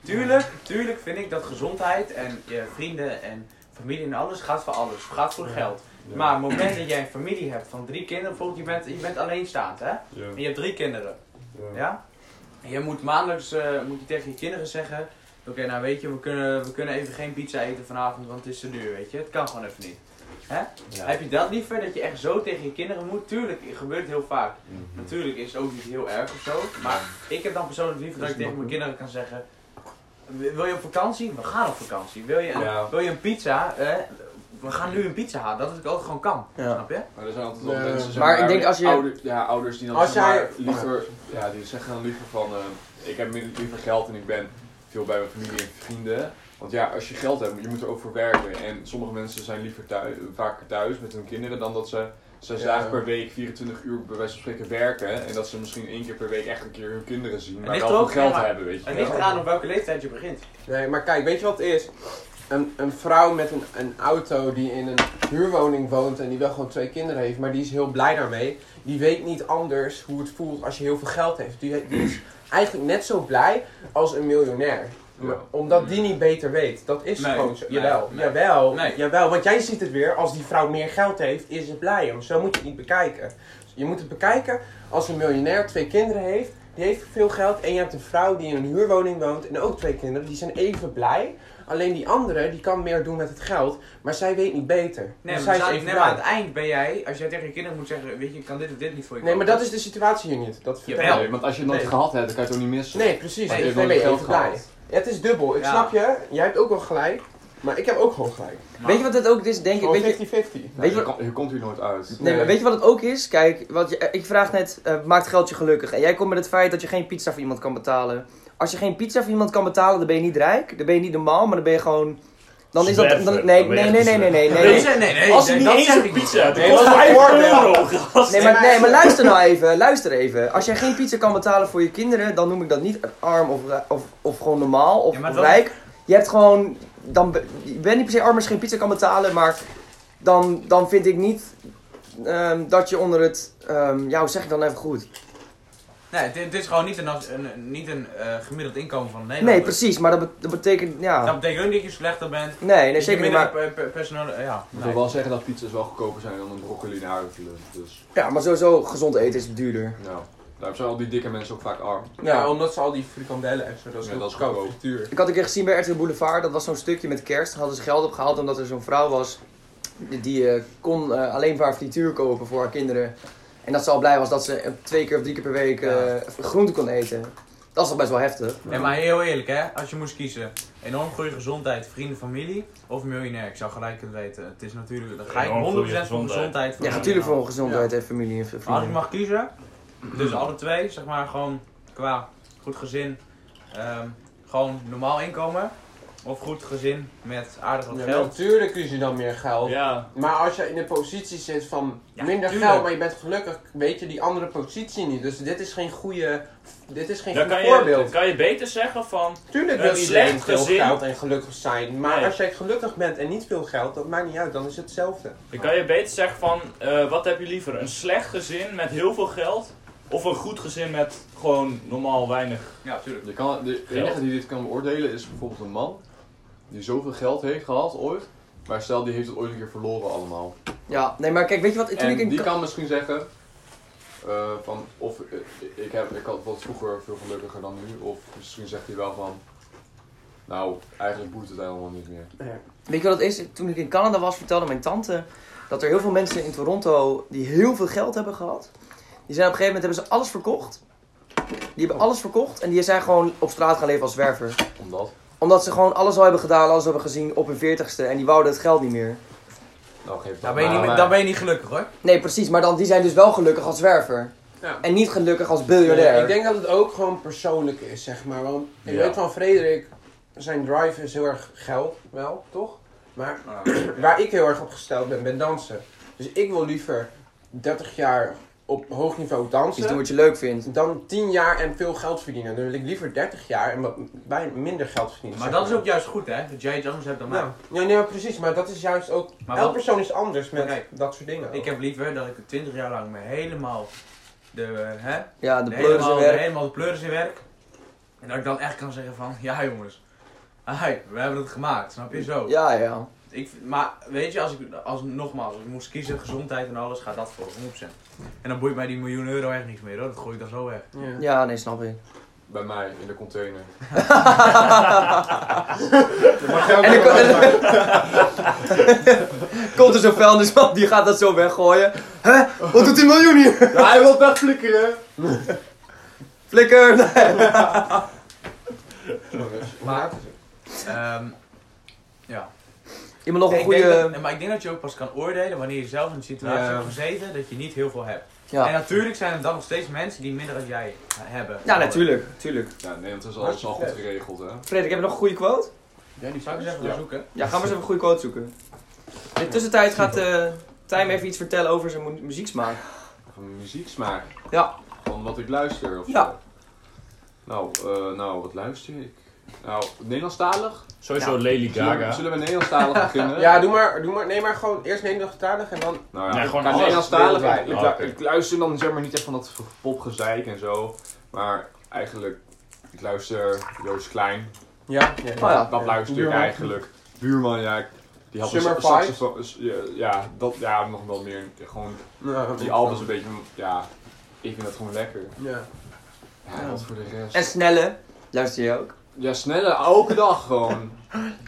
S7: Tuurlijk, tuurlijk vind ik dat gezondheid en je vrienden en familie en alles gaat voor alles. Gaat voor geld.
S1: Ja.
S7: Maar op het moment dat jij een familie hebt van drie kinderen, bijvoorbeeld je bent, je bent alleenstaand hè?
S1: Ja.
S7: En je hebt drie kinderen,
S1: Ja.
S7: ja? En je moet maandelijks eh, moet je tegen je kinderen zeggen, Oké, nou weet je, we kunnen, we kunnen even geen pizza eten vanavond, want het is te duur, weet je. Het kan gewoon even niet. Heb je dat liever, dat je echt zo tegen je kinderen moet? Tuurlijk, gebeurt het heel vaak. Natuurlijk is het ook niet heel erg of zo. Maar ik heb dan persoonlijk liever dat ik tegen mijn kinderen kan zeggen... Wil je op vakantie? We gaan op vakantie. Wil je een,
S1: Ja.
S7: wil je een pizza? Eh, we gaan nu een pizza halen. Dat ik ook gewoon kan.
S2: Ja.
S7: Snap je?
S1: Maar er zijn altijd wel
S4: Nee.
S1: mensen, zeg
S2: Maar ik denk als je-
S1: ouder- ja, ouders die dan
S4: Als
S1: zeg maar
S4: jij-
S1: liever, ja, die zeggen dan liever van, eh, ik heb minder- liever geld en ik ben veel bij mijn familie en vrienden. Want ja, als je geld hebt, je moet er ook voor werken. En sommige mensen zijn liever thuis, vaker thuis met hun kinderen dan dat ze zes
S4: Ja.
S1: dagen per week, 24 uur bij wijze van spreken werken. En dat ze misschien één keer per week echt een keer hun kinderen zien, maar wel
S7: ligt er
S1: veel
S7: ook-
S1: geld
S7: ja, maar-
S1: hebben, weet je.
S7: Het ligt eraan op welke leeftijd je begint.
S4: Nee, maar kijk, weet je wat het is? Een, een vrouw met een, een auto die in een huurwoning woont en die wel gewoon twee kinderen heeft, maar die is heel blij daarmee. Die weet niet anders hoe het voelt als je heel veel geld heeft. Die, die is eigenlijk net zo blij als een miljonair. Maar- Omdat die niet beter weet. Dat is
S7: Nee,
S4: gewoon zo.
S7: nee,
S4: Jawel,
S7: nee.
S4: jawel,
S7: Nee.
S4: jawel. Want jij ziet het weer, als die vrouw meer geld heeft, is ze blij. om. Zo moet je het niet bekijken. Je moet het bekijken als een miljonair twee kinderen heeft, die heeft veel geld. En je hebt een vrouw die in een huurwoning woont en ook twee kinderen. Die zijn even blij. Alleen die andere, die kan meer doen met het geld. Maar zij weet niet beter.
S7: Nee,
S4: Dus
S7: maar,
S4: zij is
S7: aan-
S4: even
S7: nee, maar
S4: blij.
S7: aan het eind ben jij, als jij tegen je kinderen moet zeggen, weet je, ik kan dit of dit niet voor je
S4: Nee, maar
S7: kopen.
S4: dat is de situatie hier niet. Dat vertel
S7: Jawel.
S4: ik.
S1: Nee, want als je het nooit
S4: Nee.
S1: gehad hebt, dan kan je het ook niet missen.
S4: Nee, precies.
S1: Maar je
S4: Nee,
S1: hebt nooit
S4: nee, even
S1: geld gehad.
S4: blij. Het is dubbel. Ik
S7: Ja.
S4: snap je. Jij hebt ook wel gelijk. Maar ik heb ook gewoon gelijk.
S2: Weet je wat het ook is, denk ik?
S5: Oh,
S4: Gewoon
S2: Weet je,
S4: 50-50.
S1: Nou,
S2: weet je
S1: je, kan- je komt hier nooit uit.
S2: Nee, maar weet je wat het ook is? Kijk, wat je, ik vraag net, eh, maakt geld je gelukkig? En jij komt met het feit dat je geen pizza voor iemand kan betalen. Als je geen pizza voor iemand kan betalen, dan ben je niet rijk. Dan ben je niet normaal, maar dan ben je gewoon... Dan is dat... Dan,
S5: Zwerver.
S2: nee,
S5: eh, Dan ben je
S2: nee,
S5: echt
S2: nee,
S5: een
S2: nee, nee, nee, nee,
S5: Nee,
S2: nee.
S7: nee, nee, nee,
S5: Als hij
S7: nee,
S5: niet
S7: dat
S5: eens
S7: zeg
S5: een
S7: ik
S5: pizza hebt,
S4: Nee,
S5: dan kost
S4: dat is een
S5: 5
S4: voorbeeld.
S5: euro, gast.
S2: Nee, maar, nee, maar luister nou even, luister even. Als jij geen pizza kan betalen voor je kinderen, dan noem ik dat niet arm of, ri- of, of gewoon normaal of,
S7: Ja, maar
S2: of
S7: dat-
S2: rijk. Je hebt gewoon, dan, be- je bent niet per se arm als je geen pizza kan betalen, maar dan, dan vind ik niet ehm, dat je onder het, ehm, ja hoe zeg ik dan even goed?
S7: Nee, het, het is gewoon niet een, as- een- een- niet een eh, gemiddeld inkomen van een Nederlander.
S2: Nee, precies, maar dat, bet- dat betekent,
S7: Dat
S2: ja.
S7: betekent ook niet dat je slechter bent.
S2: Nee, nee,
S7: dat
S2: zeker
S7: je
S2: niet,
S7: minder
S2: maar,
S7: pe- pe- personeel- eh, ja.
S1: Ik
S7: nee.
S1: wil wel zeggen dat pizza's wel goedkoper zijn dan een broccoli naar huis Dus,
S2: ja, maar sowieso gezond eten is duurder.
S1: nou, daarom zijn al die dikke mensen ook vaak arm.
S4: Ja, omdat ze al die frikandellen en zo, dat is
S1: Ja,
S4: heel
S1: dat is
S4: goedkoop.
S1: goedkoop.
S4: Duur.
S2: Ik had een keer gezien bij RTL Boulevard, dat was zo'n stukje met kerst. Daar hadden ze geld opgehaald omdat er zo'n vrouw was die, die, eh, kon eh, alleen maar frituur kopen voor haar kinderen. En dat ze al blij was dat ze eh, twee keer of drie keer per week eh groente kon eten. Dat is toch best wel heftig.
S7: Nee, maar heel eerlijk hè, als je moest kiezen, enorm goede gezondheid, vrienden, familie of miljonair. Ik zou gelijk het weten. Het is natuurlijk, dan ga ik 100%
S5: Enorm
S7: voor
S5: goede
S7: gezondheid.
S5: gezondheid.
S7: voor
S2: Ja,
S7: miljonair.
S2: natuurlijk voor gezondheid en familie en
S7: Als ik
S2: vrienden.
S7: mag kiezen, dus alle twee, zeg maar gewoon qua goed gezin, ehm, gewoon normaal inkomen. Of goed gezin met aardig wat
S4: Ja,
S7: geld.
S4: natuurlijk is je dan meer geld.
S5: Ja,
S4: Maar als je in de positie zit van
S7: Ja,
S4: minder
S7: tuurlijk.
S4: geld, maar je bent gelukkig, weet je die andere positie niet. Dus dit is geen goede, dit is geen
S5: dan
S4: goed
S5: kan je,
S4: voorbeeld.
S5: kan je beter zeggen van...
S4: Tuurlijk
S5: een
S4: wil iedereen
S5: slecht
S4: veel
S5: gezin-
S4: geld en gelukkig zijn. Maar
S5: Nee.
S4: als jij gelukkig bent en niet veel geld, dat maakt niet uit, dan is het hetzelfde.
S5: Dan kan je beter zeggen van, eh, wat heb je liever? Een slecht gezin met heel veel geld? Of een goed gezin met gewoon normaal weinig?
S7: Ja, tuurlijk.
S1: Je kan, de
S5: Geld.
S1: enige die dit kan beoordelen is bijvoorbeeld een man die zoveel geld heeft gehad ooit. Maar stel, die heeft het ooit een keer verloren allemaal.
S2: Ja, nee, maar kijk, weet je wat? Toen ik
S1: En
S2: in
S1: die
S2: Ka-
S1: kan misschien zeggen eh, van, of eh, ik, heb, ik had, was vroeger veel gelukkiger dan nu. Of misschien zegt hij wel van, nou, eigenlijk boeit het helemaal niet meer.
S2: Weet je wat het is? Toen ik in Canada was, vertelde mijn tante dat er heel veel mensen in Toronto die heel veel geld hebben gehad. Die zijn op een gegeven moment hebben ze alles verkocht. Die hebben alles verkocht en die zijn gewoon op straat gaan leven als zwerver.
S1: Omdat,
S2: Omdat ze gewoon alles al hebben gedaan, alles hebben gezien op hun veertigste en die wouden het geld niet meer.
S1: nou geef dat
S7: Dan ben, je
S1: maar
S7: niet,
S1: aan mij.
S7: dan ben je niet gelukkig hoor.
S2: Nee, precies, maar dan, die zijn dus wel gelukkig als zwerver.
S4: Ja.
S2: En niet gelukkig als biljardair.
S4: Ik denk dat het ook gewoon persoonlijk is, zeg maar. Want ik
S1: Ja.
S4: weet van Frederik, zijn drive is heel erg geld, wel, toch? Maar waar ik heel erg op gesteld ben, ben dansen. Dus ik wil liever 30 jaar op hoog niveau
S2: Iets doen
S4: dansen.
S2: wat je leuk vindt.
S4: Dan 10 jaar en veel geld verdienen. Dan wil ik liever 30 jaar en wat bij minder geld verdienen.
S7: Maar
S4: zeg
S7: dat is ook juist goed hè, dat jij iets anders hebt dan mij.
S4: Ja, ja, nee, maar precies. Maar dat is juist ook...
S7: Maar
S4: elk
S7: wat-
S4: persoon is anders met
S7: Oké.
S4: dat soort dingen.
S7: Ik heb liever dat ik er 20 jaar lang me helemaal de, eh, hè,
S2: Ja, de
S7: de
S2: pleuris
S7: helemaal,
S2: in
S7: de
S2: werk.
S7: helemaal de pleuris in werk. En dat ik dan echt kan zeggen van, ja jongens, hi, we hebben het gemaakt, snap je zo.
S2: Ja, ja.
S7: Ik, vind- maar weet je, als ik, als, nogmaals, als ik moest kiezen, gezondheid en alles, gaat dat voor 100%. En dan boeit mij die miljoen euro echt niks meer hoor, dat gooi ik dan zo weg.
S4: Ja.
S2: Ja, nee, snap ik.
S1: bij mij in de container.
S2: En dan ko- komt er zo'n vuilnisman, die gaat dat zo weggooien. Hè? Wat doet die miljoen hier?
S1: Ja, hij wil wegflikkeren!
S2: Flikker!
S4: Maar
S7: Ehm, ja.
S2: Iemand nog een
S7: Ik denk dat-
S2: goede...
S7: nee, maar ik denk dat je ook pas kan oordelen wanneer je zelf in de situatie
S4: Ja.
S7: hebt gezeten dat je niet heel veel hebt. En
S2: Ja,
S7: natuurlijk zijn er dan nog steeds mensen die minder dan jij hebben.
S2: ja natuurlijk, natuurlijk.
S1: Ja, in Nederland is alles al goed geregeld, hè?
S2: Frederik, heb je nog een goede quote?
S4: ja, die
S7: Zou ik eens even
S1: Ja.
S7: gaan zoeken?
S2: Ja, ga maar eens even een goede quote zoeken. In de tussentijd gaat eh Tijm even iets vertellen over zijn mu- muzieksmaak.
S1: Van mijn muzieksmaak.
S2: Ja.
S1: Van wat ik luister of
S2: Ja.
S1: zo. Nou, eh, nou, wat luister ik? Nou, Nederlandstalig?
S5: Sowieso Lely
S1: Zullen we-
S5: Gaga.
S1: Zullen we Nederlandstalig beginnen?
S4: Ja, doe maar, doe maar, neem maar gewoon eerst Nederlandstalig en dan...
S1: Nou ja,
S5: Nee,
S1: ik
S5: gewoon
S1: ga
S5: alles
S1: Nederlandstalig. Ik,
S4: wereldwijd.
S1: ik,
S5: Oh,
S1: lu-
S5: oké.
S1: ik luister dan zeg maar niet echt van dat popgezeik en zo. Maar eigenlijk, ik luister Joost Klein.
S4: Ja, ja,
S2: Oh ja.
S1: Dat luister ik
S4: Buurman.
S1: eigenlijk. Buurman, ja. ik- Die had
S4: Summer
S1: een sa- saxofoon. s- ja, Ja, dat, ja, nog wel meer. Gewoon
S4: Nou,
S1: die albums een beetje, ja. Ik vind dat gewoon lekker.
S4: Ja.
S1: Ja, wat voor de rest.
S2: En snelle, luister je ook?
S1: Ja, snelle, elke dag gewoon.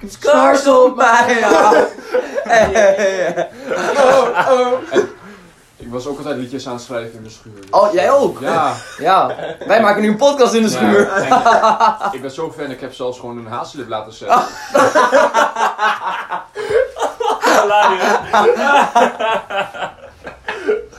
S2: Scars op mij! ja. Hey, hey, hey.
S1: Ik was ook altijd liedjes aan het schrijven in de schuur. dus-
S2: Oh, jij ook?
S1: Ja.
S2: Ja, wij maken nu een podcast in de schuur.
S1: Ja, en ik ben zo fan, ik heb zelfs gewoon een haaslip laten zetten.
S4: Ah.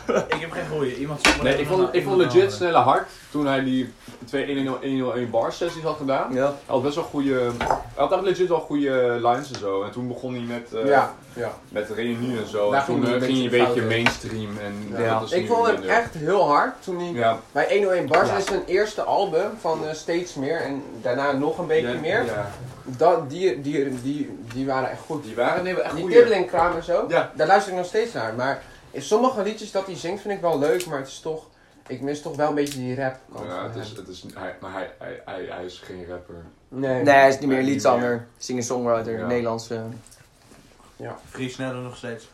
S7: Ik heb geen goeie. Iemand zoekt maar
S1: Nee,
S7: even
S1: ik vond,
S7: naar
S1: ik vond
S7: iemand
S1: legit
S7: andere.
S1: snelle hard toen hij die twee 1-1-1-1 bar sessies had gedaan. Hij
S2: Ja.
S1: had best wel goede. Hij had echt legit wel goede lines en zo. En toen begon hij met, eh
S4: ja, ja.
S1: met Reunie en zo.
S4: Daar
S1: en toen
S4: ging
S1: eh,
S4: hij een
S1: ging hij een
S4: beetje
S1: beetje
S4: fout in.
S1: mainstream. En
S2: Ja.
S1: dat is
S4: Ik
S1: nu
S4: vond hem
S1: minder.
S4: echt heel hard toen hij...
S1: Ja.
S4: Bij 101 Bars is zijn eerste album van eh, steeds meer en daarna nog een beetje
S1: Ja,
S4: meer.
S1: Ja.
S4: Dat, die, die, die, die waren echt goed.
S1: Die waren nee, echt
S4: Die
S1: goede.
S4: Kibbeling-kraam en zo,
S1: Ja.
S4: daar luister ik nog steeds naar. Maar in sommige liedjes dat hij zingt vind ik wel leuk, maar het is toch... Ik mis toch wel een beetje die rap eh, kant
S1: Ja,
S4: van
S1: het
S4: hem.
S1: is, het is, hij, maar hij, hij, hij, hij is geen rapper.
S4: Nee.
S2: Nee, hij is niet meer
S1: Nee, niet
S2: liedzanger, singer-songwriter,
S1: Ja.
S2: Nederlands. eh.
S7: Vries sneller nog steeds.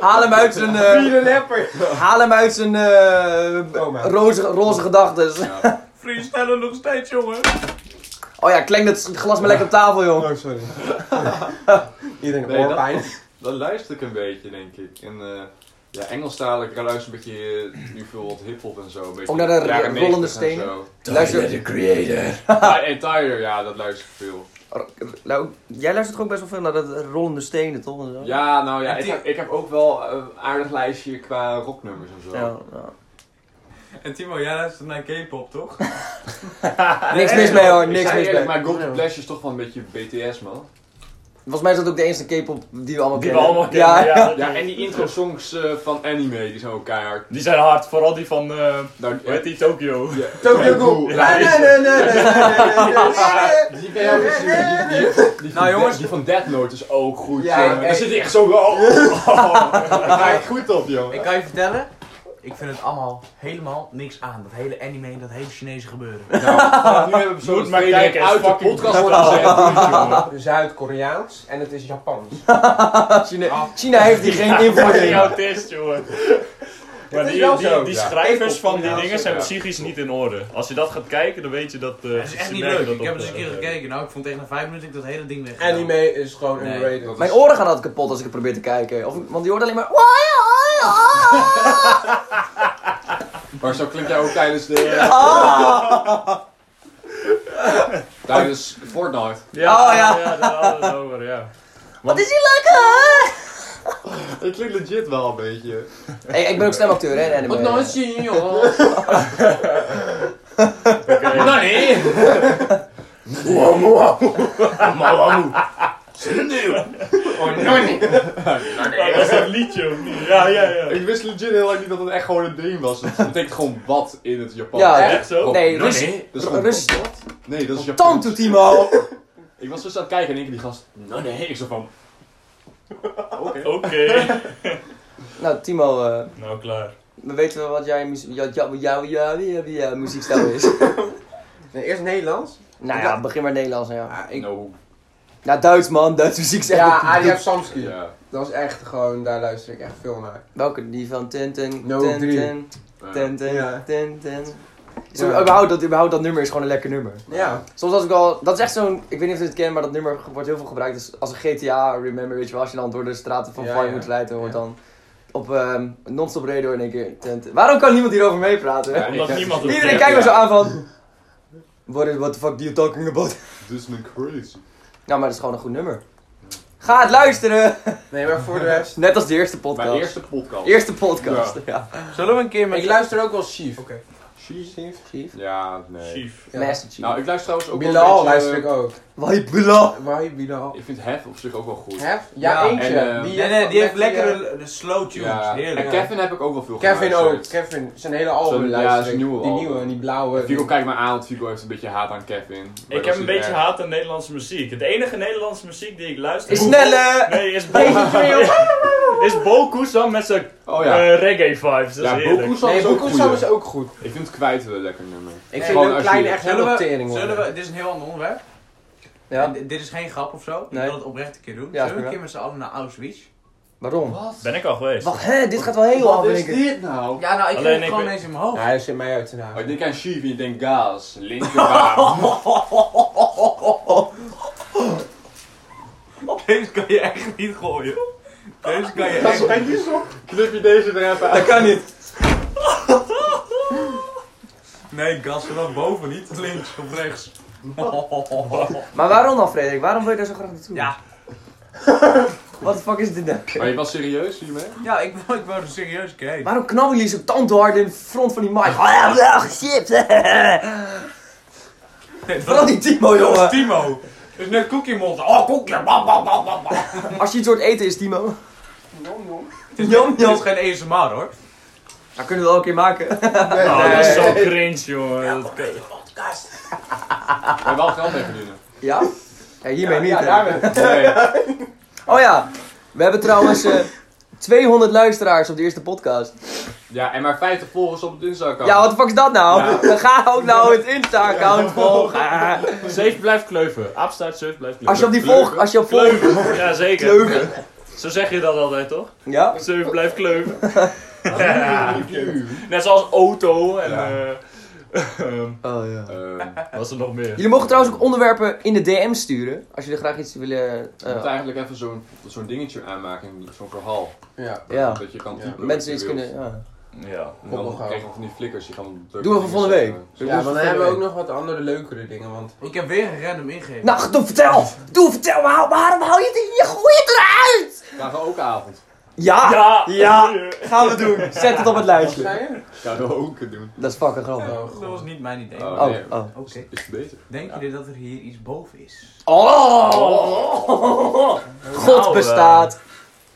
S2: Haal hem uit zijn, eh,
S4: Vierde rapper!
S2: haal hem uit zijn eh,
S4: Oma.
S2: roze, roze gedachten.
S1: Ja.
S7: Vries sneller nog steeds, jongen.
S2: Oh ja, kleng dat glas maar lekker op tafel, joh.
S4: Oh, sorry. Iedereen
S1: Nee, dat-
S4: oorpijn.
S1: Dan luister ik een beetje, denk ik. En eh ja, Engelstalig, ik luister een beetje eh, nu veel wat hiphop en zo. Een beetje
S2: Ook Oh, naar de
S1: jaren
S2: re- rollende
S1: 90 en
S2: stenen?
S1: zo.
S2: Luister,
S1: Ah, en Tyler, ja, dat luister ik veel.
S2: Nou, jij luistert toch ook best wel veel naar dat rollende stenen, toch? En zo?
S1: Ja, nou ja,
S7: En
S1: ik
S7: die-
S1: heb, ik heb ook wel eh, een aardig lijstje qua rocknummers en zo.
S2: Ja, ja.
S7: En Timo, jij luistert naar K-pop, toch?
S2: Niks mis mee hoor,
S1: Ik
S2: niks
S1: zei
S2: mis
S1: eerlijk,
S2: mee.
S1: maar Go to Flash is toch wel een beetje BTS, man.
S2: Volgens mij is dat ook de enige K-pop die we allemaal
S5: Die we
S2: kennen.
S5: allemaal kennen, ja.
S2: Ja,
S5: dat
S1: Ja,
S5: is-
S1: en die intro-songs eh, van anime, die zijn ook keihard.
S5: Die zijn hard, vooral die van, eh
S1: Nou,
S5: hoe heet die, Tokyo.
S1: ja.
S4: Tokyo Ghoul!
S5: Ja,
S4: Nee, nee, nee, nee, nee, nee, nee, nee,
S1: Die, ken jij misschien, die, die, die, die van
S7: Nou, jongens.
S1: Death- die van Death Note is ook goed.
S4: Ja,
S1: Ja,
S4: echt.
S1: Daar zit hij echt zo... Oh, oh, daar ga ik goed op, joh.
S7: Ik kan je vertellen, ik vind het allemaal helemaal niks aan. Dat hele anime, dat hele Chinese gebeuren.
S1: Nou, nu hebben we
S5: Moet
S1: zo'n
S5: maar kijken,
S1: uit
S5: het
S1: de
S5: is fucking
S1: podcast worden gezet.
S4: nee. Zuid-Koreaans en het is Japans. Ah,
S2: China, China heeft hier geen invloed
S5: Fucking
S2: in.
S5: autist, jongen. Maar
S4: is
S5: die,
S4: wel
S5: die,
S4: zo.
S5: die
S1: Ja.
S5: schrijvers van die
S4: Ja,
S5: dingen zijn
S1: ja.
S5: psychisch niet in orde. Als je dat gaat kijken, dan weet je dat... eh,
S7: Het is echt
S5: ze
S7: niet
S5: merken
S7: leuk.
S5: dat
S7: Ik heb
S5: op,
S7: het eens een
S5: eh,
S7: keer gekeken. Nou, ik vond tegen na vijf minuten ik dat hele ding weg.
S4: Anime is gewoon
S7: Nee.
S4: underrated.
S2: Mijn oren gaan altijd kapot als ik het probeer te kijken. Of, want die hoort alleen maar... Ah.
S1: Maar zo klinkt jij ook tijdens de... Tijdens Fortnite.
S5: Ja,
S2: Oh, ja.
S5: ja. ja, daar hadden we het over, ja.
S2: Wat is hier lekker?
S1: Het klinkt legit wel een beetje.
S2: Hey, ik ben ook stemacteur, hè, in anime.
S4: nou
S1: zien, joh.
S5: Oké.
S1: Nou, Nee! Oh,
S5: Ja, dat is een liedje of niet? Ja, ja, ja.
S1: Ik wist legit heel lang niet dat het echt gewoon een ding was. Het betekent gewoon wat in het Japan.
S2: Ja,
S5: Echt zo?
S2: Nee,
S1: Dat
S2: Rus...
S1: is gewoon
S2: Rus...
S1: wat. Nee, dat is Japan.
S2: Tanto, Timo!
S1: Ik was dus aan het kijken en ik die gast. Nou nee, ik zo van.
S5: Oké.
S2: Nou, Timo, eh,
S5: Nou, klaar.
S2: we weten wel wat jij muzie- jou- jou- jou- jou- jou- jou- muziekstijl is.
S4: Nee, eerst Nederlands.
S2: Nou ja, begin maar Nederlands, ja.
S4: Ja, ik,
S1: No.
S2: Nou, Duits man, Duits muziek is echt
S4: ja,
S2: de- de-
S4: Aria Samsky.
S1: Ja.
S4: Dat is echt gewoon, daar luister ik echt veel naar.
S2: Welke? Die van ten ten,
S4: No
S2: ten,
S4: drie.
S2: ten, ten, ten,
S4: Ja.
S2: ten, ten. Zo,
S4: Ja.
S2: überhaupt, dat, überhaupt dat nummer is gewoon een lekker nummer.
S4: Ja.
S2: Soms als ik al... Dat is echt zo'n... Ik weet niet of je het kent, maar dat nummer wordt heel veel gebruikt. Dus als een GTA, Remember, weet je wel. Als je dan door de straten van
S4: Ja,
S2: Fire
S4: ja.
S2: moet rijden, wordt
S4: Ja.
S2: dan... Op ehm non-stop radio in één keer... Tent. Waarom kan niemand hierover meepraten?
S1: Ja,
S5: Omdat niemand het
S2: Iedereen
S5: kent.
S2: kijkt me zo aan van... What, is- what the fuck do you talking about?
S1: Dus mijn crazy.
S2: Nou, maar dat is gewoon een goed nummer. Ga het luisteren!
S4: Nee, maar voor de rest.
S2: Net als de eerste podcast.
S1: Mijn eerste podcast.
S2: Eerste podcast, ja.
S7: Zullen we een keer met...
S4: Ik luister ook wel Chief.
S7: Oké.
S1: Chief?
S2: Chief.
S1: Ja, nee.
S5: Chief.
S4: Ja.
S2: Master Chief.
S1: Nou, ik luister trouwens ook wel
S4: Bilal
S1: een beetje,
S4: luister ik ook.
S2: Wahid Bilal.
S4: Why Bilal?
S1: Ik vind Hef op zich ook wel goed.
S4: Hef? Ja,
S7: Ja,
S4: eentje.
S1: en, eh,
S7: Nee, nee, die heeft
S4: met die, eh,
S7: lekkere eh, slow tunes.
S1: Ja.
S7: Heerlijk.
S1: En Kevin heb ik ook wel veel
S4: Kevin ook.
S1: geluisterd.
S4: Kevin, zijn hele album
S1: Zijn- ja,
S4: luister
S1: zijn
S4: ik.
S1: nieuwe
S4: Die
S1: album.
S4: nieuwe en die blauwe.
S1: Figo kijkt me aan, want Figo heeft een beetje haat aan Kevin. Maar
S5: Ik
S1: dat is
S5: heb een
S1: niet
S5: beetje
S1: erg.
S5: haat aan Nederlandse muziek. Het enige Nederlandse muziek die ik luister...
S2: Is snelle!
S5: Nee, is Bo... is Bo Koesam met zijn
S1: Oh ja.
S5: eh, reggae vibes. Dat
S1: ja,
S5: is heerlijk.
S1: Bokoesam
S4: Nee,
S1: is ook
S4: Boekoesam
S1: goed.
S4: is ook goed.
S1: Ik vind het kwijt wel een lekker nummer.
S4: Ik
S7: Nee,
S4: vind
S1: gewoon
S4: een
S1: als je-
S4: kleine echt
S7: Zullen
S4: heel
S7: we,
S4: tering
S7: zullen
S4: worden.
S7: we, dit is een heel ander onderwerp. En
S2: Ja,
S7: di- dit is geen grap of zo. Ik
S2: Nee.
S7: wil het oprecht een keer doen.
S2: Ja,
S7: Zullen we
S2: prima.
S7: een keer met z'n allen naar Auschwitz?
S2: waarom?
S5: Ben ik al geweest.
S2: Wacht, hè? Dit gaat wel heel
S1: Wat
S2: af,
S1: is
S2: denk ik.
S1: dit nou?
S7: Ja, nou, ik
S5: Alleen
S7: vind het
S5: ik
S7: gewoon
S5: ben-
S7: ineens in mijn hoofd.
S4: Ja, hij zit mij uit te
S1: Oh, ik
S4: dagen.
S1: denk aan Chief en ik denk Gaas, linkerbaan.
S7: Deze kan je echt niet gooien. Deze kan je echt...
S1: Knip je deze er even uit.
S2: kan niet.
S7: Nee, gas vanaf boven, niet links of rechts.
S2: Maar waarom dan, Frederik? Waarom wil je daar zo graag naartoe?
S7: Ja.
S2: Wat de fuck is dit nou?
S1: Maar je was serieus hiermee?
S7: Ja, ik wou, ik wou er serieus een keer heen.
S2: Waarom knabbelen jullie zo tandhard in de front van die mic? Oh ja, ja, shit.
S7: Nee, dat-
S2: Vooral die Timo,
S7: dat is
S2: jongen.
S7: Timo. Dat is net koekje mond. Oh, koekje. Bam, bam, bam, bam, bam.
S2: Als je iets hoort eten is Timo.
S7: Het is,
S2: Jam, jam.
S7: het is geen ASMR hoor.
S2: Dat kunnen we wel een keer maken.
S5: Oh, dat is zo cringe, jongen. Dat kan-
S1: Maar wel geld mee verdienen.
S2: Ja? Ja, hiermee niet,
S4: Ja,
S2: hè.
S4: daarmee.
S1: Nee.
S2: Oh ja, we hebben trouwens eh, 200 luisteraars op de eerste podcast.
S1: Ja, en maar 50 volgers op het Insta-account.
S2: Ja, wat de fuck is dat nou?
S1: Ja.
S2: Dan Ga ook nou het Insta-account volgen.
S5: Zeef blijft kleuven. Aapstaart Zeef blijft kleuven.
S2: Als je op die volg... Als je op volg...
S5: Kleuven. Ja, zeker.
S2: Kleuven.
S5: Zo zeg je dat altijd, toch?
S2: Ja?
S5: Zeef blijft kleuven. Ja. Net zoals auto en... eh ehm,
S2: Oh ja.
S1: Ehm,
S5: wat is er nog meer?
S2: Jullie mogen trouwens ook onderwerpen in de DM sturen. Als jullie graag iets willen.
S1: je
S2: eh,
S1: moet eigenlijk even zo'n zo'n dingetje aanmaken, zo'n verhaal.
S4: Ja.
S2: ja.
S1: Dat je kan
S4: Ja.
S1: typen wat
S2: mensen
S1: je
S2: iets
S1: wilt.
S2: kunnen. Ja.
S5: Ja.
S1: En Dan krijg je van die flikkers. Je kan leuke
S2: Doen we voor
S1: dingen
S2: volgende week.
S1: zeggen.
S4: Ja, want dan hebben we ook nog wat andere leukere dingen. Want
S7: Ik heb weer een random ingeving.
S2: Nou, doe vertel! Doe vertel! Waarom, waarom hou je het in je goeie eruit?
S1: Karaokeavond.
S2: Ja!
S5: Ja!
S2: Ja. Gaan we doen! Zet het op het
S4: wat
S2: lijstje.
S4: zei je?
S1: Karaoke doen.
S2: Dat is fucking grappig.
S4: Oh,
S7: Dat was niet mijn idee.
S1: Oh.
S2: Oh,
S1: nee.
S2: oh.
S7: Oké.
S1: Is het beter?
S7: Denk jullie dat er hier iets boven is?
S2: Oh! God
S5: eh.
S2: bestaat.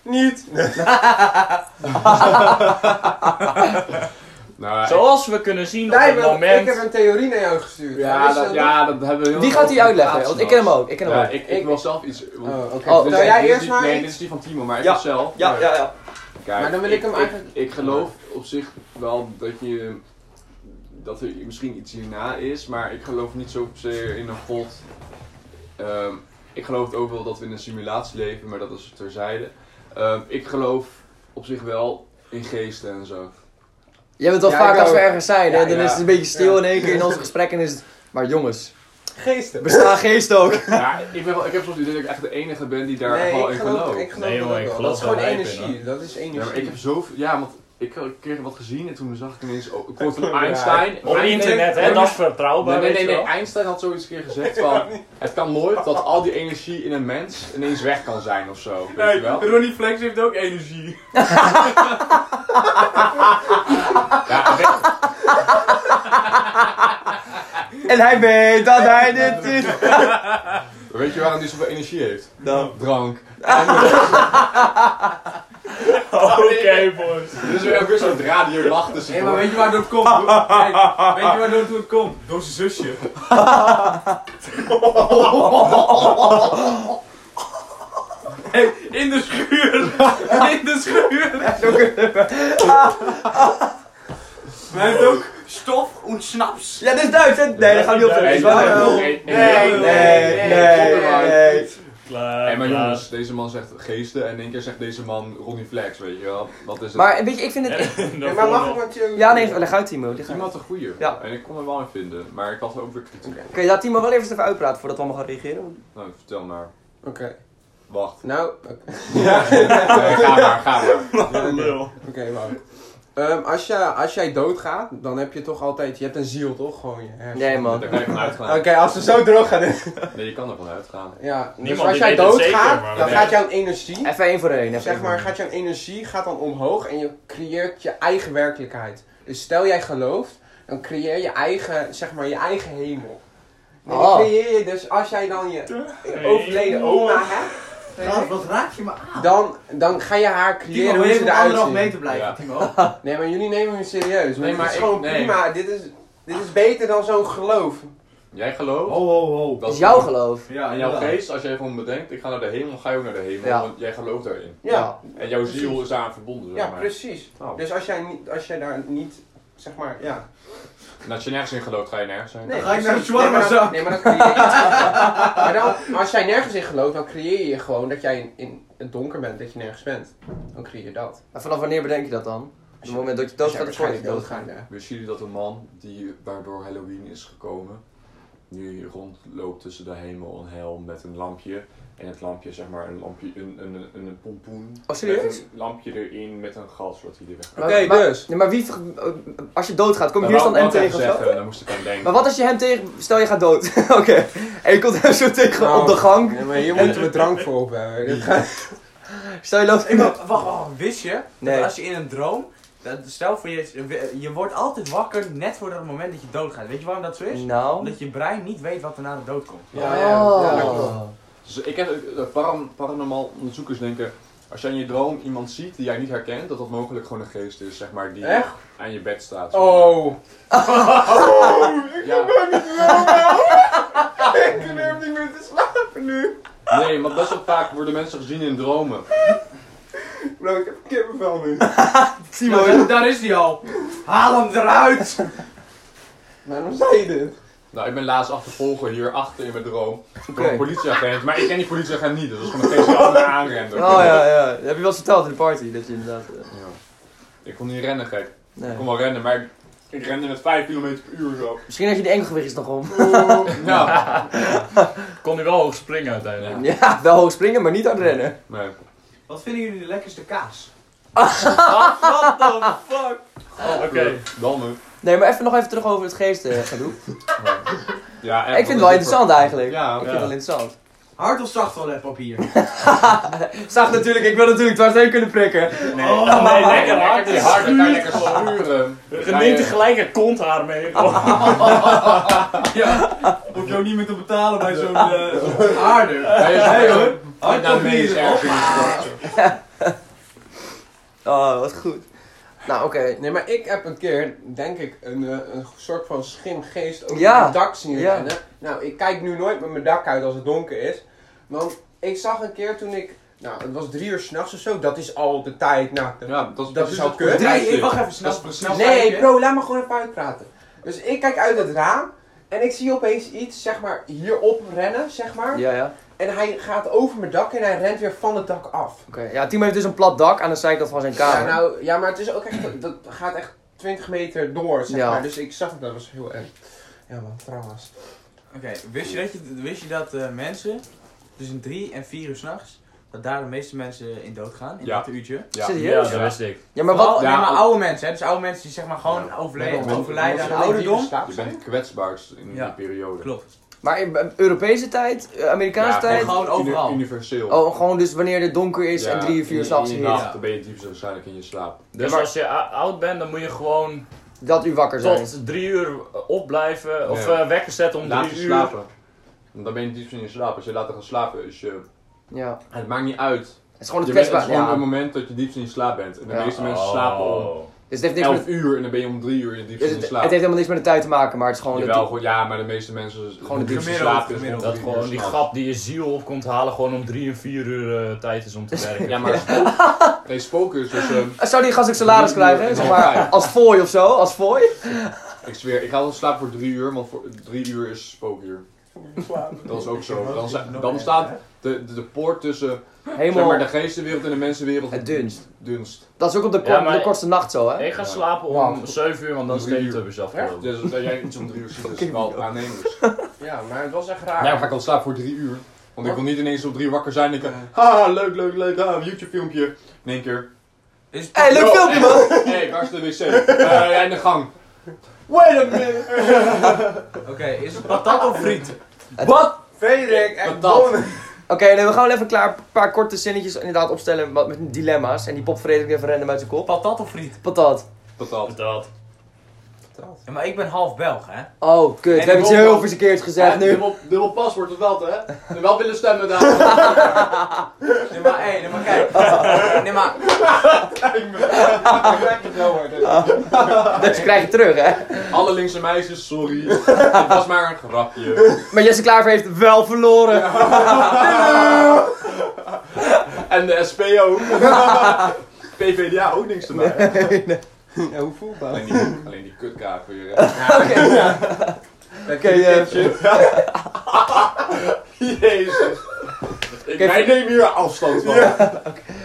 S4: Niet.
S1: Nou, ik-
S5: Zoals we kunnen zien op
S4: Nee,
S5: het
S4: want ik
S5: moment...
S4: heb een theorie naar jou gestuurd.
S1: ja,
S4: Wist je
S1: dat, ja, dat hebben we heel
S2: Wie
S1: erg
S2: gaat die
S1: over
S2: uitleggen?
S1: gepraat
S2: Want ik ken hem
S1: s'nachts.
S2: ook. Ik ken hem
S1: Ja,
S2: ook.
S1: ik, ik wil zelf iets... want-
S4: Oh, oké.
S2: Oh,
S1: dit
S4: Vertel
S1: is-
S4: jij
S1: dit is
S4: eerst
S1: die-
S4: maar
S1: Nee,
S4: iets?
S1: dit is die van Timo, maar ik
S2: Ja.
S1: wil zelf...
S2: ja, ja.
S1: Kijk,
S4: Maar dan wil ik hem eigenlijk-
S1: Ik, geloof op zich wel dat je... Dat er misschien iets hierna is, maar ik geloof niet zozeer in een god. Ehm, ik geloof het ook wel dat we in een simulatie leven, maar dat is terzijde. Ehm, ik geloof op zich wel in geesten en zo.
S2: Jij bent wel
S4: Ja,
S2: vaak
S4: ik
S2: als we
S4: ook.
S2: ergens zijn, hè?
S1: Ja,
S2: Dan
S1: ja.
S2: is het een beetje stil
S4: Ja.
S2: in één keer in onze gesprekken. en Is het... Maar jongens,
S4: Geesten.
S2: bestaan geesten ook.
S1: Ja, ik, ben wel, ik heb soms het idee dat ik echt de enige ben die daar
S4: Nee,
S1: wel
S4: ik
S1: in
S4: geloof,
S1: gelooft.
S4: ik geloof
S5: Nee, jongen,
S4: dat
S5: ik
S4: ook wel.
S5: geloof
S4: Dat is gewoon
S5: daar hype in,
S4: energie. Dat is
S1: Ja, maar
S4: energie.
S1: ik heb zoveel. Ja, want ik ik kreeg wat gezien en toen zag ik ineens. Oh, ik hoorde van Einstein.
S5: Op
S1: Einstein-
S5: internet, hè?
S1: Nee,
S5: Dat is vertrouwbaar,
S2: Oh,
S1: Nee, nee, nee,
S5: weet je
S1: nee.
S5: wel.
S1: Einstein had zoiets een keer gezegd van. Het kan nooit dat al die energie in een mens ineens weg kan zijn of zo. Weet je wel?
S7: Ronnie Flex heeft ook energie.
S1: Ja, weet-
S2: En hij weet dat hij dit doet.
S1: weet je waarom die zoveel energie heeft?
S2: Nou.
S1: Drank.
S5: Oké, boys.
S1: Dus er is ook weer zo'n radio lach tussen.
S7: Hé, maar weet je waar het komt? Door- Kijk, weet je waar het komt? Door zijn zusje. Hey, in de schuur! In de schuur! Hij heeft ook stof en snaps.
S2: Ja, dit is Duits. hè? Nee, dat gaan we niet op de
S1: Nee,
S2: is wel
S1: nee,
S2: leuk.
S1: nee, nee, nee, nee,
S2: Nee, nee, nee.
S5: Klaar.
S1: Hey, maar
S5: klaar.
S1: jongens, deze man zegt geesten en in één keer zegt deze man Ronnie Flex, weet je wel. Wat is het?
S2: Maar weet je, ik vind het...
S5: En
S4: Ja,
S5: dan
S4: maar mag
S5: voor-
S4: ik wat je...
S2: Ja, nee, leg uit Timo. leg uit.
S1: Iemand een goeie.
S2: Ja.
S1: En ik kon hem wel in vinden, maar ik had er ook weer kritiek.
S4: Oké.
S2: Oké, laat Timo wel even even uitpraten voordat we allemaal gaan reageren.
S1: Nou, vertel maar.
S4: Oké.
S1: Wacht.
S4: Nou, oké.
S1: Nee, ga maar, ga maar.
S5: Lul.
S4: Oké, wauw. Ehm, als, jij, als jij doodgaat, dan heb je toch altijd... Je hebt een ziel, toch? Gewoon je hersenen.
S2: Nee man.
S1: Daar kan je van
S4: Oké,
S1: uitgaan.
S4: als we zo droog gaan...
S1: Nee, je kan er van uitgaan.
S4: Ja, dus
S5: Niemand
S4: als
S5: die
S4: jij
S5: weet het
S4: doodgaat,
S5: zeker, maar we
S4: dan
S5: weten
S4: gaat jouw energie...
S2: Even één voor één. even één
S4: Zeg
S2: voor
S4: maar,
S2: één.
S4: gaat jouw energie gaat dan omhoog en je creëert je eigen werkelijkheid. Dus stel jij gelooft, dan creëer je eigen, zeg maar, je eigen hemel. En
S2: Ah.
S4: dan creëer je dus, als jij dan je je overleden oma hebt,
S6: Gast, wat raak je me aan?
S4: dan, dan ga je haar creëren
S6: Timo, wil
S4: hoe
S6: je
S4: ze
S6: even op
S4: eruit
S6: anderhalf
S4: ziet.
S6: meter blijven,
S1: Ja.
S6: Timo?
S4: Nee, maar jullie nemen me serieus.
S1: Nee,
S4: Nee,
S1: maar
S4: maar is
S1: ik-
S4: gewoon
S1: nee.
S4: prima. Dit is, dit is beter dan zo'n geloof.
S1: Jij gelooft?
S6: Ho, ho, ho.
S1: dat
S2: is jouw geloof.
S6: Ja,
S1: En jouw
S6: inderdaad.
S1: geest, als jij gewoon bedenkt, ik ga naar de hemel, ga je ook naar de hemel,
S2: Ja.
S1: want jij gelooft daarin.
S4: Ja,
S1: En jouw
S4: Precies.
S1: ziel is daaraan verbonden, zeg
S4: ja
S1: maar.
S4: precies.
S1: Oh.
S4: Dus als jij, niet, als jij daar niet, zeg maar, ja.
S1: En als je nergens in gelooft, ga je nergens zijn.
S4: Nee,
S6: ga ik naar de
S4: precies. nee, maar dan,
S6: shawarmazak.
S4: nee, maar dan creëer je... maar dan, als jij nergens in gelooft, dan creëer je gewoon dat jij in, in het donker bent, dat je nergens bent. Dan creëer je dat. Dus
S2: Maar vanaf wanneer bedenk je dat dan? Op het moment dat je doodgaat, of voordat je doodgaat.
S4: ja.
S1: Wist jullie dat een man die waardoor Halloween is gekomen, nu rondloopt tussen de hemel en hel met een lampje. En het lampje, zeg maar, een lampje, een, een, een, een pompoen.
S2: Oh, serieus?
S1: Met een lampje erin met een gas wat hij er weg.
S2: Oké,
S4: dus.
S2: Maar, wie, als je doodgaat, kom je
S1: Maar
S2: hier
S1: wou
S2: dan
S1: ik
S2: hem
S1: nog
S2: tegen
S1: even
S2: of zo?
S1: zeggen, Daar eh, moest ik aan denken.
S2: Maar wat als je hem tegen... Stel, je gaat dood. Oké. En je komt hem zo tegen
S4: Nou.
S2: op de gang.
S4: Ja, maar hier moeten we drank voor op hebben. Dit gaat-
S2: Stel, je loopt...
S7: Ik dacht, wacht, wacht, wist je?
S2: Nee.
S7: Dat als je in een droom. dat- stel voor je. Je wordt altijd wakker net voor dat moment dat je doodgaat. Weet je waarom dat zo is?
S2: Nou...
S7: Omdat je brein niet weet wat er na de dood komt.
S4: Ja,
S2: Oh.
S1: Dus ik heb eh, paran- paranormaal onderzoekers denken, als jij in je droom iemand ziet die jij niet herkent, dat dat mogelijk gewoon een geest is, zeg maar, die
S4: Echt?
S1: aan je bed staat. zeg maar.
S4: Oh.
S1: Ja.
S4: Ik durf niet meer te slapen nu.
S1: Nee, want best wel vaak worden mensen gezien in dromen.
S4: Bro, ik heb kippenvel nu.
S2: Timo,
S6: Ja, daar is hij al. Haal hem eruit.
S4: Waarom zei je dit?
S1: Nou, ik ben laatst achtervolgen hier achter in mijn droom. Door
S2: Oké.
S1: een politieagent, maar ik ken die politieagent niet, dus dat is gewoon een geest die achter me aanrende.
S2: Oh ja, ja. Dat heb je wel eens verteld in de party, dat je inderdaad... eh,
S1: Ja. Ik kon niet rennen, gek. Ik
S2: nee.
S1: kon wel rennen, maar ik, ik rende met 5 km per uur zo.
S2: Misschien dat je de enkelgewicht is nog om.
S1: Nou,
S5: Kon hij wel hoog springen uiteindelijk.
S1: Ja.
S2: Ja, wel hoog springen, maar niet hard rennen.
S1: nee.
S6: Wat vinden jullie de lekkerste kaas?
S5: What the fuck? Oké.
S1: Dan nu.
S2: Nee, maar even nog even terug over het geestengedoe.
S1: Ja, echt,
S2: Ik vind het wel
S1: dat is
S2: interessant eigenlijk. ik
S1: Ja, ja.
S2: vind het wel interessant.
S6: Hard of zacht toiletpapier?
S2: Zag natuurlijk, ik wil natuurlijk dwars heen kunnen prikken.
S5: Nee, Oh, nee, lekker
S1: Lekker
S5: hard.
S1: hard,
S5: Het
S1: hard, dan kan je
S5: schuurt
S1: lekker
S5: gewoon.
S1: schuren.
S5: Je neemt tegelijk een konthaar mee.
S2: Ah,
S5: gewoon.
S6: Hoef je ook niet meer te betalen bij zo'n
S7: Ah.
S6: eh aarde.
S1: Ga je
S6: Nee
S1: zo-
S6: hoor.
S1: Hard dan mee is erg.
S2: Oh, wat goed. Nou, oké.
S4: Nee, maar ik heb een keer, denk ik, een, eh, een soort van schimgeest over
S2: Ja.
S4: mijn dak zien
S2: Ja.
S4: rennen. Nou, ik kijk nu nooit met mijn dak uit als het donker is. Want ik zag een keer toen ik, nou, het was drie uur s'nachts of zo, dat is al de tijd, nou, dat-
S1: Ja, dat is
S4: Dat
S1: precies
S4: zou
S1: het
S4: kunnen.
S1: goede
S7: Nee,
S1: tijdstip.
S7: wacht even snel.
S1: Dat is precies-
S7: snel
S4: Nee,
S7: kijken.
S4: bro, laat me gewoon even uitpraten. Dus ik kijk uit het raam en ik zie opeens iets, zeg maar, hierop rennen, zeg maar.
S2: Ja, ja.
S4: En hij gaat over mijn dak en hij rent weer van het dak af.
S2: Oké. Ja, Timo heeft dus een plat dak aan de zijkant van zijn kamer.
S4: Ja, nou, ja, maar het is ook echt, dat gaat echt 20 meter door, zeg
S2: Ja.
S4: maar. Dus ik zag het, dat was heel eng. Ja, man, trouwens.
S7: Oké, wist je dat, je, wist je dat eh, mensen tussen 3 en 4 uur s'nachts, dat daar de meeste mensen in doodgaan? In
S1: Ja.
S7: dat uurtje?
S1: Ja.
S2: Serieus? Ja,
S5: wist ik.
S2: maar wat...
S7: Vooral-
S1: Ja,
S7: nee, maar
S1: al-
S7: oude mensen, hè? Dus oude mensen die zeg maar gewoon
S1: Ja.
S7: overleden,
S1: Ja,
S7: overlijden
S4: Omdat
S7: aan
S4: ze alleen dieper
S7: ouderdom.
S4: slapen
S1: Je
S4: zijn.
S1: bent kwetsbaarst in
S7: Ja.
S1: die periode.
S7: Klopt.
S2: Maar in eh, Europese tijd? eh, Amerikaanse
S1: Ja,
S2: tijd?
S7: en gewoon
S1: Uni-
S7: overal.
S1: Universeel.
S2: Oh, gewoon dus wanneer het donker is
S1: Ja,
S2: en drie, vier uur
S1: in-
S2: s'nachts
S1: in
S2: is.
S1: de nacht,
S7: Ja.
S1: Dan ben je diep waarschijnlijk in je slaap.
S5: Dus
S2: Ja, maar-
S5: als je a- oud bent, dan moet je gewoon
S2: Dat u wakker zijn.
S5: tot drie uur eh, opblijven. Of
S1: Ja.
S5: eh, wekker zetten om
S1: Laat je
S5: drie uur.
S1: slapen. Want dan ben je diep in je slaap. Als je later gaat slapen, is je...
S2: Ja.
S1: Het maakt niet uit.
S2: Het is gewoon
S1: Je
S2: het
S1: bent, het is
S2: kwetsbaar.
S1: gewoon
S2: Ja.
S1: een moment dat je diep in je slaap bent. En de
S2: Ja.
S1: meeste
S5: Oh.
S1: mensen slapen om
S2: Dus het heeft niks
S1: 11
S2: met... dus
S1: uur en dan ben je om 3 uur in diep
S2: Het,
S1: in je
S2: het
S1: slaap.
S2: heeft helemaal niks met de tijd te maken, maar het is gewoon...
S1: Jawel,
S2: dat die-
S1: gewoon, ja, maar de meeste mensen gewoon
S2: de
S1: diepste
S7: gemiddelde,
S1: slaap is
S7: gemiddelde.
S1: om
S5: Dat
S1: drie uur
S5: gewoon die
S1: s'nachts.
S5: grap die je ziel op komt halen, gewoon om drie en vier uur eh, tijd is om te werken.
S1: Ja, maar spook, nee, spoken is dus... ehm,
S2: Eh, Zou die gast ook salaris krijgen? hè? Zeg
S1: Ja.
S2: maar, als fooi of zo? Als fooi?
S1: ik zweer, ik ga altijd slapen voor 3 uur, want voor 3 uur is spookuur. Dat is ook zo. Dan, zijn- dan staat de, de, de poort tussen zeg
S2: Helemaal
S1: maar, de geestenwereld en de mensenwereld
S2: het dunst.
S1: dunst.
S2: Dat is ook op de,
S5: Ja,
S2: kort-
S5: maar-
S2: de kortste nacht zo, hè?
S5: Ik ga slapen om 7 uur, want dan is
S1: Drie
S5: de
S1: uur.
S5: tubbers afgelopen.
S1: Dus dat jij iets om drie uur ziet, is wel aannemelijk.
S4: Ja, maar het was echt
S1: Ja,
S4: raar.
S1: dan ga ik al slapen voor drie uur. Want ik wil niet ineens op drie uur wakker zijn en denken, haha, leuk, leuk, leuk, ah, een YouTube filmpje. In één keer,
S2: Hé, hey, leuk
S1: Yo,
S2: filmpje,
S1: eh,
S2: man!
S1: hé, hey, waar is de wc? Eh, ja, in de gang.
S4: Oké, is het
S7: Patat of friet?
S2: Wat?
S4: Frederik echt
S1: Patat.
S4: dom.
S2: Oké, nee, we gaan wel even klaar een paar korte zinnetjes inderdaad opstellen wat- met dilemma's. En die pop Frederik even random uit zijn kop.
S7: Patat of friet?
S2: Patat.
S1: Patat.
S5: Dat.
S7: Ja, maar ik ben half Belg, hè?
S2: Oh, kut. We
S7: En
S2: hebben het
S1: die
S2: heel
S1: bobbel.
S2: verkeerd gezegd nu.
S1: Dubbel, dubbel paswoord of wel, hè? En wel willen stemmen daar.
S7: Nee, maar, hé, nee, maar kijk. Nee, maar,
S2: Dat krijg je terug, hè?
S1: Alle linkse meisjes, sorry. Het was maar een grapje.
S2: Maar Jesse Klaver heeft wel verloren.
S1: En de SP ook. PvdA ook niks te maken.
S4: Ja, hoe voelbaar?
S1: Alleen die, alleen die kutkaart voor je hè?
S2: Oké, eh,
S1: Jezus. Ik,
S2: Kijk,
S1: wij nemen hier afstand van.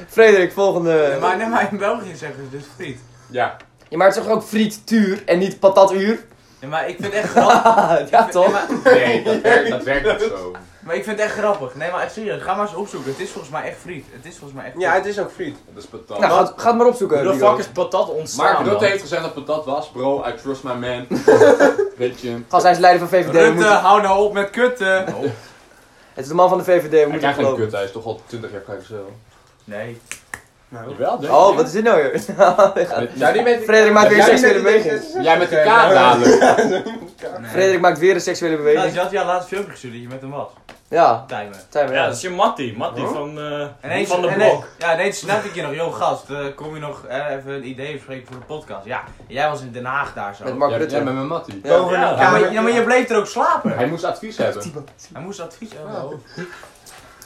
S2: Frederik, volgende.
S7: nee, maar, nee, maar in België zeggen ze dus friet.
S1: Ja.
S2: Ja, maar het is toch ook frietuur en niet patatuur?
S7: Nee, maar ik vind het echt grappig.
S2: ja, toch?
S7: Nee, maar,
S1: Nee, dat werkt, dat werkt niet zo.
S7: maar ik vind het echt grappig. Nee, maar echt serieus, ga maar eens opzoeken. Het is volgens mij echt friet. Het is volgens mij echt
S4: Ja,
S7: friet.
S4: het is ook friet.
S1: Dat is patat.
S2: Nou, ga, het- ga het maar opzoeken.
S5: Hoe de
S2: Rico.
S5: fuck is patat ontstaan?
S1: Mark Rutte
S5: man?
S1: heeft gezegd dat patat was. Bro, I trust my man. Weet je.
S2: Gast, hij is leider van VVD. we
S7: Rutte,
S2: moeten-
S7: hou nou op met kutten.
S2: het is de man van de VVD, we
S1: Hij
S2: moeten
S1: krijgt
S2: hem
S1: geen
S2: geloven.
S1: kut, hij is toch al 20 jaar vrijgezel.
S7: Nee.
S1: Jawel, denk
S2: Oh, wat is dit nou weer?
S4: Zou die met
S2: Frederik maakt weer een
S4: Jij
S2: seksuele beweging.
S1: Jij met de kaart dadelijk.
S2: Frederik maakt weer een seksuele
S7: Nou, je
S2: beweging.
S7: had jou laatst een filmpje gestuurd dat je met hem was.
S2: Ja,
S7: Timer.
S2: zijn we
S5: Ja,
S2: ja.
S5: dat is je Mattie. Mattie van, eh,
S7: ineens-
S5: van de
S7: ineens-
S5: blok.
S7: Ja, ineens snap ik je nog. Yo, gast, eh, kom je nog eh, even een idee bespreken voor de podcast? Ja, jij was in Den Haag daar zo.
S2: Met Mark
S1: Jij,
S2: Rutte.
S1: jij met mijn mattie.
S2: Ja.
S4: Boven
S5: Ja,
S4: de
S7: Ja,
S4: kamer.
S7: maar, ja, maar je bleef er ook slapen.
S1: Hij moest advies hebben.
S7: Hij moest advies hebben.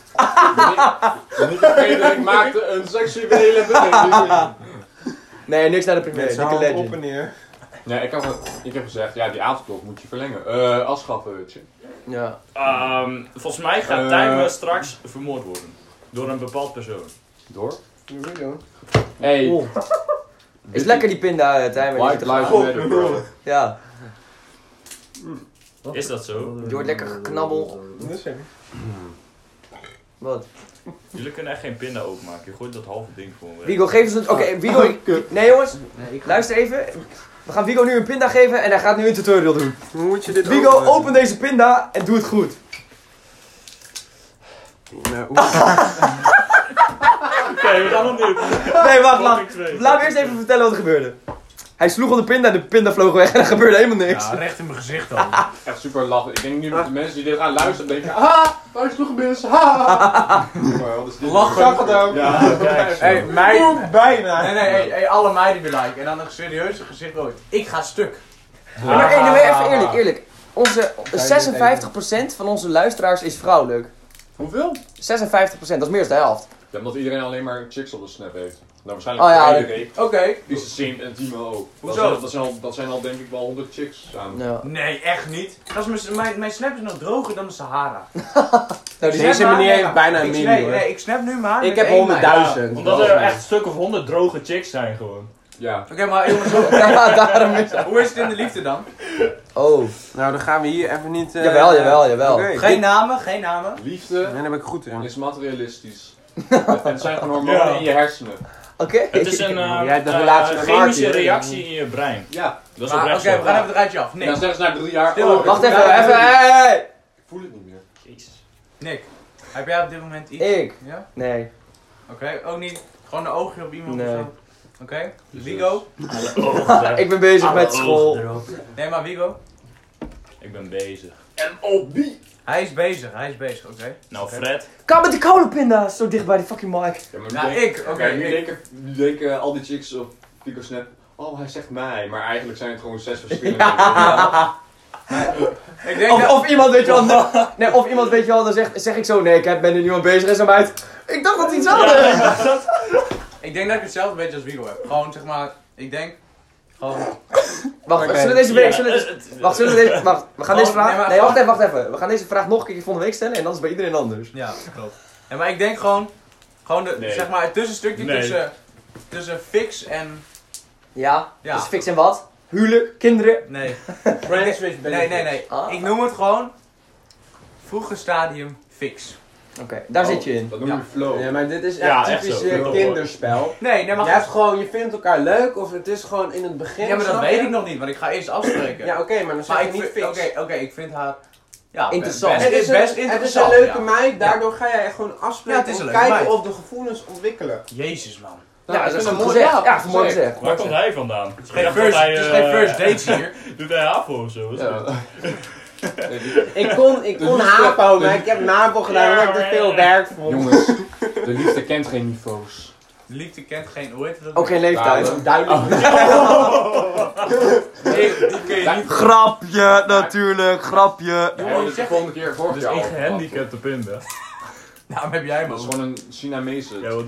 S1: Frederik maakte een seksuele beweging.
S2: Nee, niks naar de premier.
S4: Met z'n
S2: Dikke
S4: hand op
S2: legend.
S4: en neer.
S1: Ja, ik, heb, ik heb gezegd, ja, die avondklok moet je verlengen. Eh, afschaffen, weet je.
S2: Ja.
S5: Ehm, volgens mij gaat
S1: Eh.
S5: Tijmen straks vermoord worden. Door een bepaald persoon.
S1: Door.
S4: Hier we doen.
S1: Hey.
S2: Oeh. Is lekker die pinda, eh, Tijmen.
S1: White lives matter, bro.
S2: Ja,
S5: Is dat zo?
S2: je wordt lekker geknabbel.
S4: Dat is zeker.
S2: Wat?
S5: Jullie kunnen echt geen pinda openmaken. Je gooit dat halve ding gewoon weg.
S2: Wigo, geef eens een... Oké, Wigo... ik- Nee, jongens. Luister even. We gaan Wigo nu een pinda geven en hij gaat nu een tutorial doen.
S4: Hoe moet je dit
S2: Wigo, open deze pinda en doe het goed.
S4: Nou, oeh.
S5: Oké, we gaan opnieuw.
S2: Nee, wacht, laat,
S5: Fucking twee.
S2: laat me eerst even vertellen wat er gebeurde. Hij sloeg op de pinda en de pinda vloog weg en er gebeurde helemaal niks.
S7: Ja, recht in mijn gezicht dan.
S1: Echt super lachen. Ik denk nu dat de mensen die dit gaan luisteren denken, ah, waar is nog mensen? Ha! Maar wat is dit?
S4: Zag het ook.
S5: Ja, kijk.
S7: Hé, mij.
S4: Oeh, Bijna.
S7: Nee, nee, hey, hey, alle meiden weer like. En dan een serieuze gezicht ooit. Ik ga stuk.
S2: Ja, maar hey, nee, even eerlijk, eerlijk. Onze 56% van onze luisteraars is vrouwelijk.
S1: Hoeveel?
S2: 56%, dat is meer dan de helft.
S1: Ja, omdat iedereen alleen maar chicks op de snap heeft. Nou, waarschijnlijk
S2: Oh, ja,
S1: Frederik.
S7: Oké.
S1: Is het same en Timo ook.
S7: Hoezo?
S1: Dat zijn, al- dat, zijn al, dat zijn al denk ik wel 100 chicks samen.
S2: Ja.
S7: Nee, echt niet. Dat is mijn, mijn, mijn snap is nog droger dan de Sahara.
S2: Nou, die
S4: Deze
S2: zijn
S4: meneer heeft bijna een
S7: ik,
S4: miljoen
S7: nee,
S4: hoor.
S7: nee, ik snap nu maar.
S4: Ik heb
S7: met één meid.
S4: 100.000.
S5: Omdat er echt een stuk of honderd droge chicks zijn gewoon.
S1: Ja.
S7: Oké, maar jongens, hoe-
S2: ja, daarom is
S7: hoe is het in de liefde dan?
S2: Oh,
S4: Nou, dan gaan we hier even niet... eh,
S2: jawel, jawel, jawel.
S4: Oké.
S7: Geen namen, geen namen.
S1: Liefde
S4: Nee, daar ben ik goed in.
S1: is materialistisch. en het zijn gewoon hormonen
S5: Ja.
S1: in je hersenen.
S2: Oké.
S5: Het is een eh,
S4: Jij hebt een
S5: eh,
S4: relatie met
S5: chemische
S4: Marty, hè?
S5: reactie in je brein.
S1: Ja.
S5: Dat is
S7: Maar Ah, Oké,
S5: oprecht zo.
S7: we gaan even het rijtje af.
S1: En dan
S7: Nick.
S1: zeggen ze na drie jaar,
S7: Stil.
S1: oh,
S2: Wacht
S1: ik-
S2: even, even, hey!
S1: Ik voel het niet meer.
S5: Jezus.
S7: Nick, heb jij op dit moment iets?
S2: Ik?
S7: Ja?
S2: Nee.
S7: Oké, ook niet. Gewoon een oogje op iemand
S2: Nee.
S7: of zo. Oké, Wigo.
S5: Alle ogen.
S2: Ik ben bezig
S5: Alle
S2: met school.
S5: ogen erop.
S7: Nee, maar Wigo.
S5: Ik ben bezig.
S7: Hij is bezig, hij is bezig, oké.
S5: Nou, Fred.
S2: Kan met die koude pinda, zo dicht bij die fucking mic.
S1: Ja, maar
S7: Nou,
S1: nu
S7: ik, oké,
S1: oké, nu
S7: ik.
S1: denken, nu denken al die chicks op Pico Snap, oh hij zegt mij, maar eigenlijk zijn het gewoon zes verschillende
S7: Ik denk
S2: Of,
S7: dat...
S2: of iemand weet je wel, nee, nee, of iemand weet je wel, dan zeg, zeg ik zo, nee, ik heb- ben er nu aan bezig en zo uit. Ik dacht dat iets anders.
S7: Ik denk dat ik hetzelfde beetje als Wigo heb. Gewoon zeg maar, ik denk. Gewoon.
S2: Wacht,
S1: Oké.
S2: zullen we deze week... Zullen we
S5: Ja,
S2: deze-
S5: het- het-
S2: Wacht, zullen we deze... Wacht, we gaan deze
S7: Oh, nee,
S2: vraag...
S7: maar-
S2: Nee, wacht even, wacht even. We gaan deze vraag nog een keer volgende week stellen en dan is het bij iedereen anders.
S7: Ja, klopt. Ja, maar ik denk gewoon, gewoon de,
S5: Nee.
S7: zeg maar het tussenstukje
S5: Nee.
S7: tussen, tussen fix en...
S2: Ja?
S7: Ja.
S2: Dus fix en wat? Huwelijk, kinderen.
S7: Nee,
S4: Friends with
S7: nee,
S4: benefits.
S7: nee. nee.
S2: Ah.
S7: Ik noem het gewoon vroege stadium fix.
S2: Oké, daar
S1: Oh.
S2: zit je in.
S1: Dat noem je
S7: Ja.
S1: flow.
S4: Ja, maar dit is echt
S5: Ja, echt
S4: typisch
S5: zo.
S4: eh,
S5: Ja, hoor.
S4: kinderspel.
S7: Nee, nee, maar...
S4: Je hebt gewoon, je vindt elkaar leuk of het is gewoon in het begin.
S7: ja, maar dat
S4: snap
S7: weet
S4: je?
S7: ik nog niet, want ik ga eerst afspreken.
S4: Ja, oké, maar dan zeg
S7: maar
S4: je
S7: ik
S4: niet
S7: vind,
S4: fix.
S7: oké, oké, ik vind haar... Ja,
S2: Interessant.
S7: Best,
S4: Het is,
S7: best,
S4: een,
S7: best
S4: het is
S7: interessant.
S4: een leuke
S7: ja.
S4: meid, daardoor ga jij gewoon
S7: Ja,
S4: afspreken
S7: het is
S4: om
S7: een leuke
S4: kijken
S7: meid.
S4: of de gevoelens ontwikkelen.
S7: Jezus, man.
S2: Ja, dat is
S4: een
S2: goed
S4: mooi-
S2: gezegd.
S4: ja,
S2: Ja, dat is mooi gezegd.
S5: Waar komt hij vandaan?
S7: Het is geen first, het is geen first dates hier.
S5: eh, Doet hij HAVO of zo? Wat is dat?
S1: Ja. Nee, die-
S4: Ik kon, ik kon
S1: Dus-
S4: hapo, maar
S1: dus-
S4: ik heb NAPO gedaan
S5: Ja,
S4: omdat ik
S5: maar-
S4: te veel werk vond.
S1: Jongens, de liefde kent geen niveaus.
S7: De liefde kent geen... Hoe heet dat?
S2: Ook geen leeftijd.
S1: Daarom.
S4: Duidelijk.
S7: Nee, die kun je
S1: Ja.
S7: niet...
S2: Grapje, natuurlijk, grapje.
S1: Ja,
S7: Jongen,
S1: dat
S7: je
S1: is de
S7: zegt-
S1: volgende keer vorig
S5: Dus
S1: jaar
S5: ik
S1: al.
S5: gehandicapte pinda.
S7: Nou, heb jij,
S1: Dat is
S7: man.
S1: gewoon een Chinamese.
S5: Ja,
S1: Ja,
S5: wat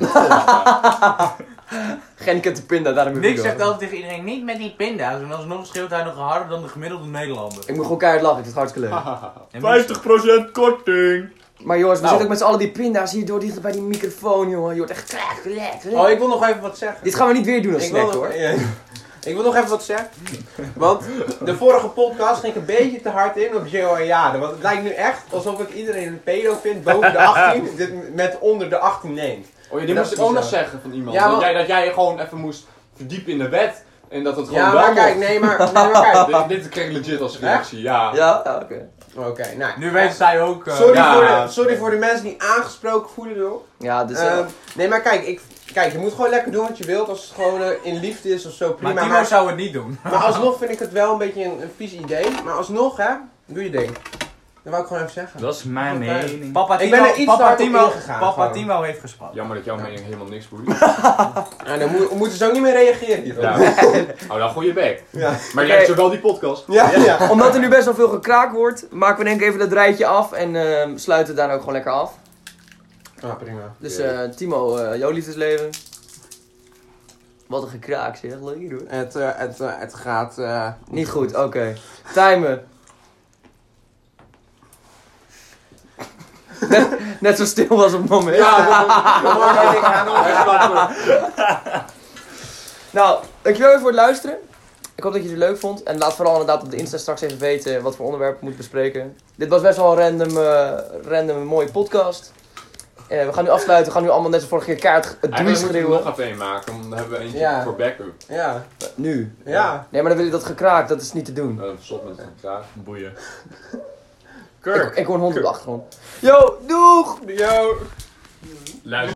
S2: Genke te pinda, daarom heb ik
S7: Nick
S2: het
S7: zegt
S2: over.
S7: altijd tegen iedereen, niet met die pinda's. En alsnog scheelt hij nog harder dan de gemiddelde Nederlander.
S2: Ik moet gewoon keihard lachen, ik vind het hartstikke leuk.
S7: En wie-
S5: 50% korting!
S2: Maar jongens, we
S7: Nou.
S2: zitten ook met z'n allen die pinda's hier door dichter bij die microfoon, jongen. Je wordt echt kraak, kraak, kraak.
S4: Oh, ik wil nog even wat zeggen.
S2: Dit gaan we niet weer doen als
S4: Ik wil,
S2: snack,
S4: nog,
S2: hoor.
S4: ja. ik wil nog even wat zeggen. Want de vorige podcast ging ik een beetje te hard in op Joe en Jade. Want het lijkt nu echt alsof ik iedereen een pedo vind boven de 18. dit- Met onder de 18 neemt.
S1: Oh ja,
S4: Dat
S1: dit moest ik
S4: is
S1: ook nog
S4: zo.
S1: zeggen van iemand.
S4: Ja,
S1: dat,
S4: want-
S1: jij, dat jij gewoon even moest verdiepen in de wet. En dat het gewoon
S4: Ja,
S1: wel
S4: maar
S1: mocht.
S4: kijk, nee, maar, nee, maar kijk.
S1: Dit, dit kreeg ik legit als reactie, ja.
S2: Ja, ja, Ah, oké.
S4: Oké, nou.
S7: Nu weet zij ook... eh,
S4: Sorry,
S1: Ja.
S4: voor de, sorry voor de mensen die aangesproken voelen door.
S2: Ja, dus...
S4: Ehm, nee, maar kijk, ik, kijk, je moet gewoon lekker doen wat je wilt. Als het gewoon eh, in liefde is of zo,
S7: Maar
S4: prima.
S7: Timo zou het niet doen.
S4: Maar alsnog vind ik het wel een beetje een, een vies idee. Maar alsnog, hè, doe je ding. Dat wou ik gewoon even zeggen.
S5: Dat is mijn
S4: Oké.
S5: mening.
S7: Papa
S4: Ik
S7: Timo,
S4: ben er iets te
S7: papa
S4: hard op
S7: Timo,
S4: ingegaan,
S7: papa
S4: gewoon.
S7: Timo heeft gespannen.
S1: Jammer dat jouw mening helemaal niks boeit.
S4: En dan moet- moeten ze ook niet meer reageren hierop.
S1: Ja. Oh, dan gooi je bek.
S4: Ja.
S1: Maar
S2: Oké.
S1: jij hebt zowel die podcast.
S4: Ja, ja.
S2: eh, omdat er nu best wel veel gekraakt wordt, maken we denk ik even dat rijtje af en ehm, sluiten het daar ook gewoon lekker af.
S4: Ah, prima.
S2: Dus
S1: Oké.
S2: eh, Timo, eh, jouw liefdesleven. Wat een gekraak zeg, leuk hoor.
S4: Het, eh, het, eh, het gaat... eh,
S2: Niet goed, oké. Timer. Net, net zo stil was op het moment.
S4: morgen ik ga nog
S2: Nou, dankjewel weer voor het luisteren. Ik hoop dat je het leuk vond. En laat vooral inderdaad op de Insta straks even weten wat voor onderwerpen we moeten bespreken. Dit was best wel een random, eh, random mooie podcast. Eh, we gaan nu afsluiten. We gaan nu allemaal net als vorige keer kaart het doel
S1: Eigenlijk moeten we
S2: schreeuwen.
S1: nog even een maken, want dan hebben we eentje
S4: Ja.
S1: voor backup.
S4: Ja,
S2: Nu.
S4: ja.
S2: Nee, maar dan wil je dat gekraakt. Dat is niet te doen.
S1: Eh, stop met het klaar.
S5: Boeien.
S2: Ik, ik hoor een hond op de achtergrond. Yo, doeg!
S4: Yo.
S1: Luister.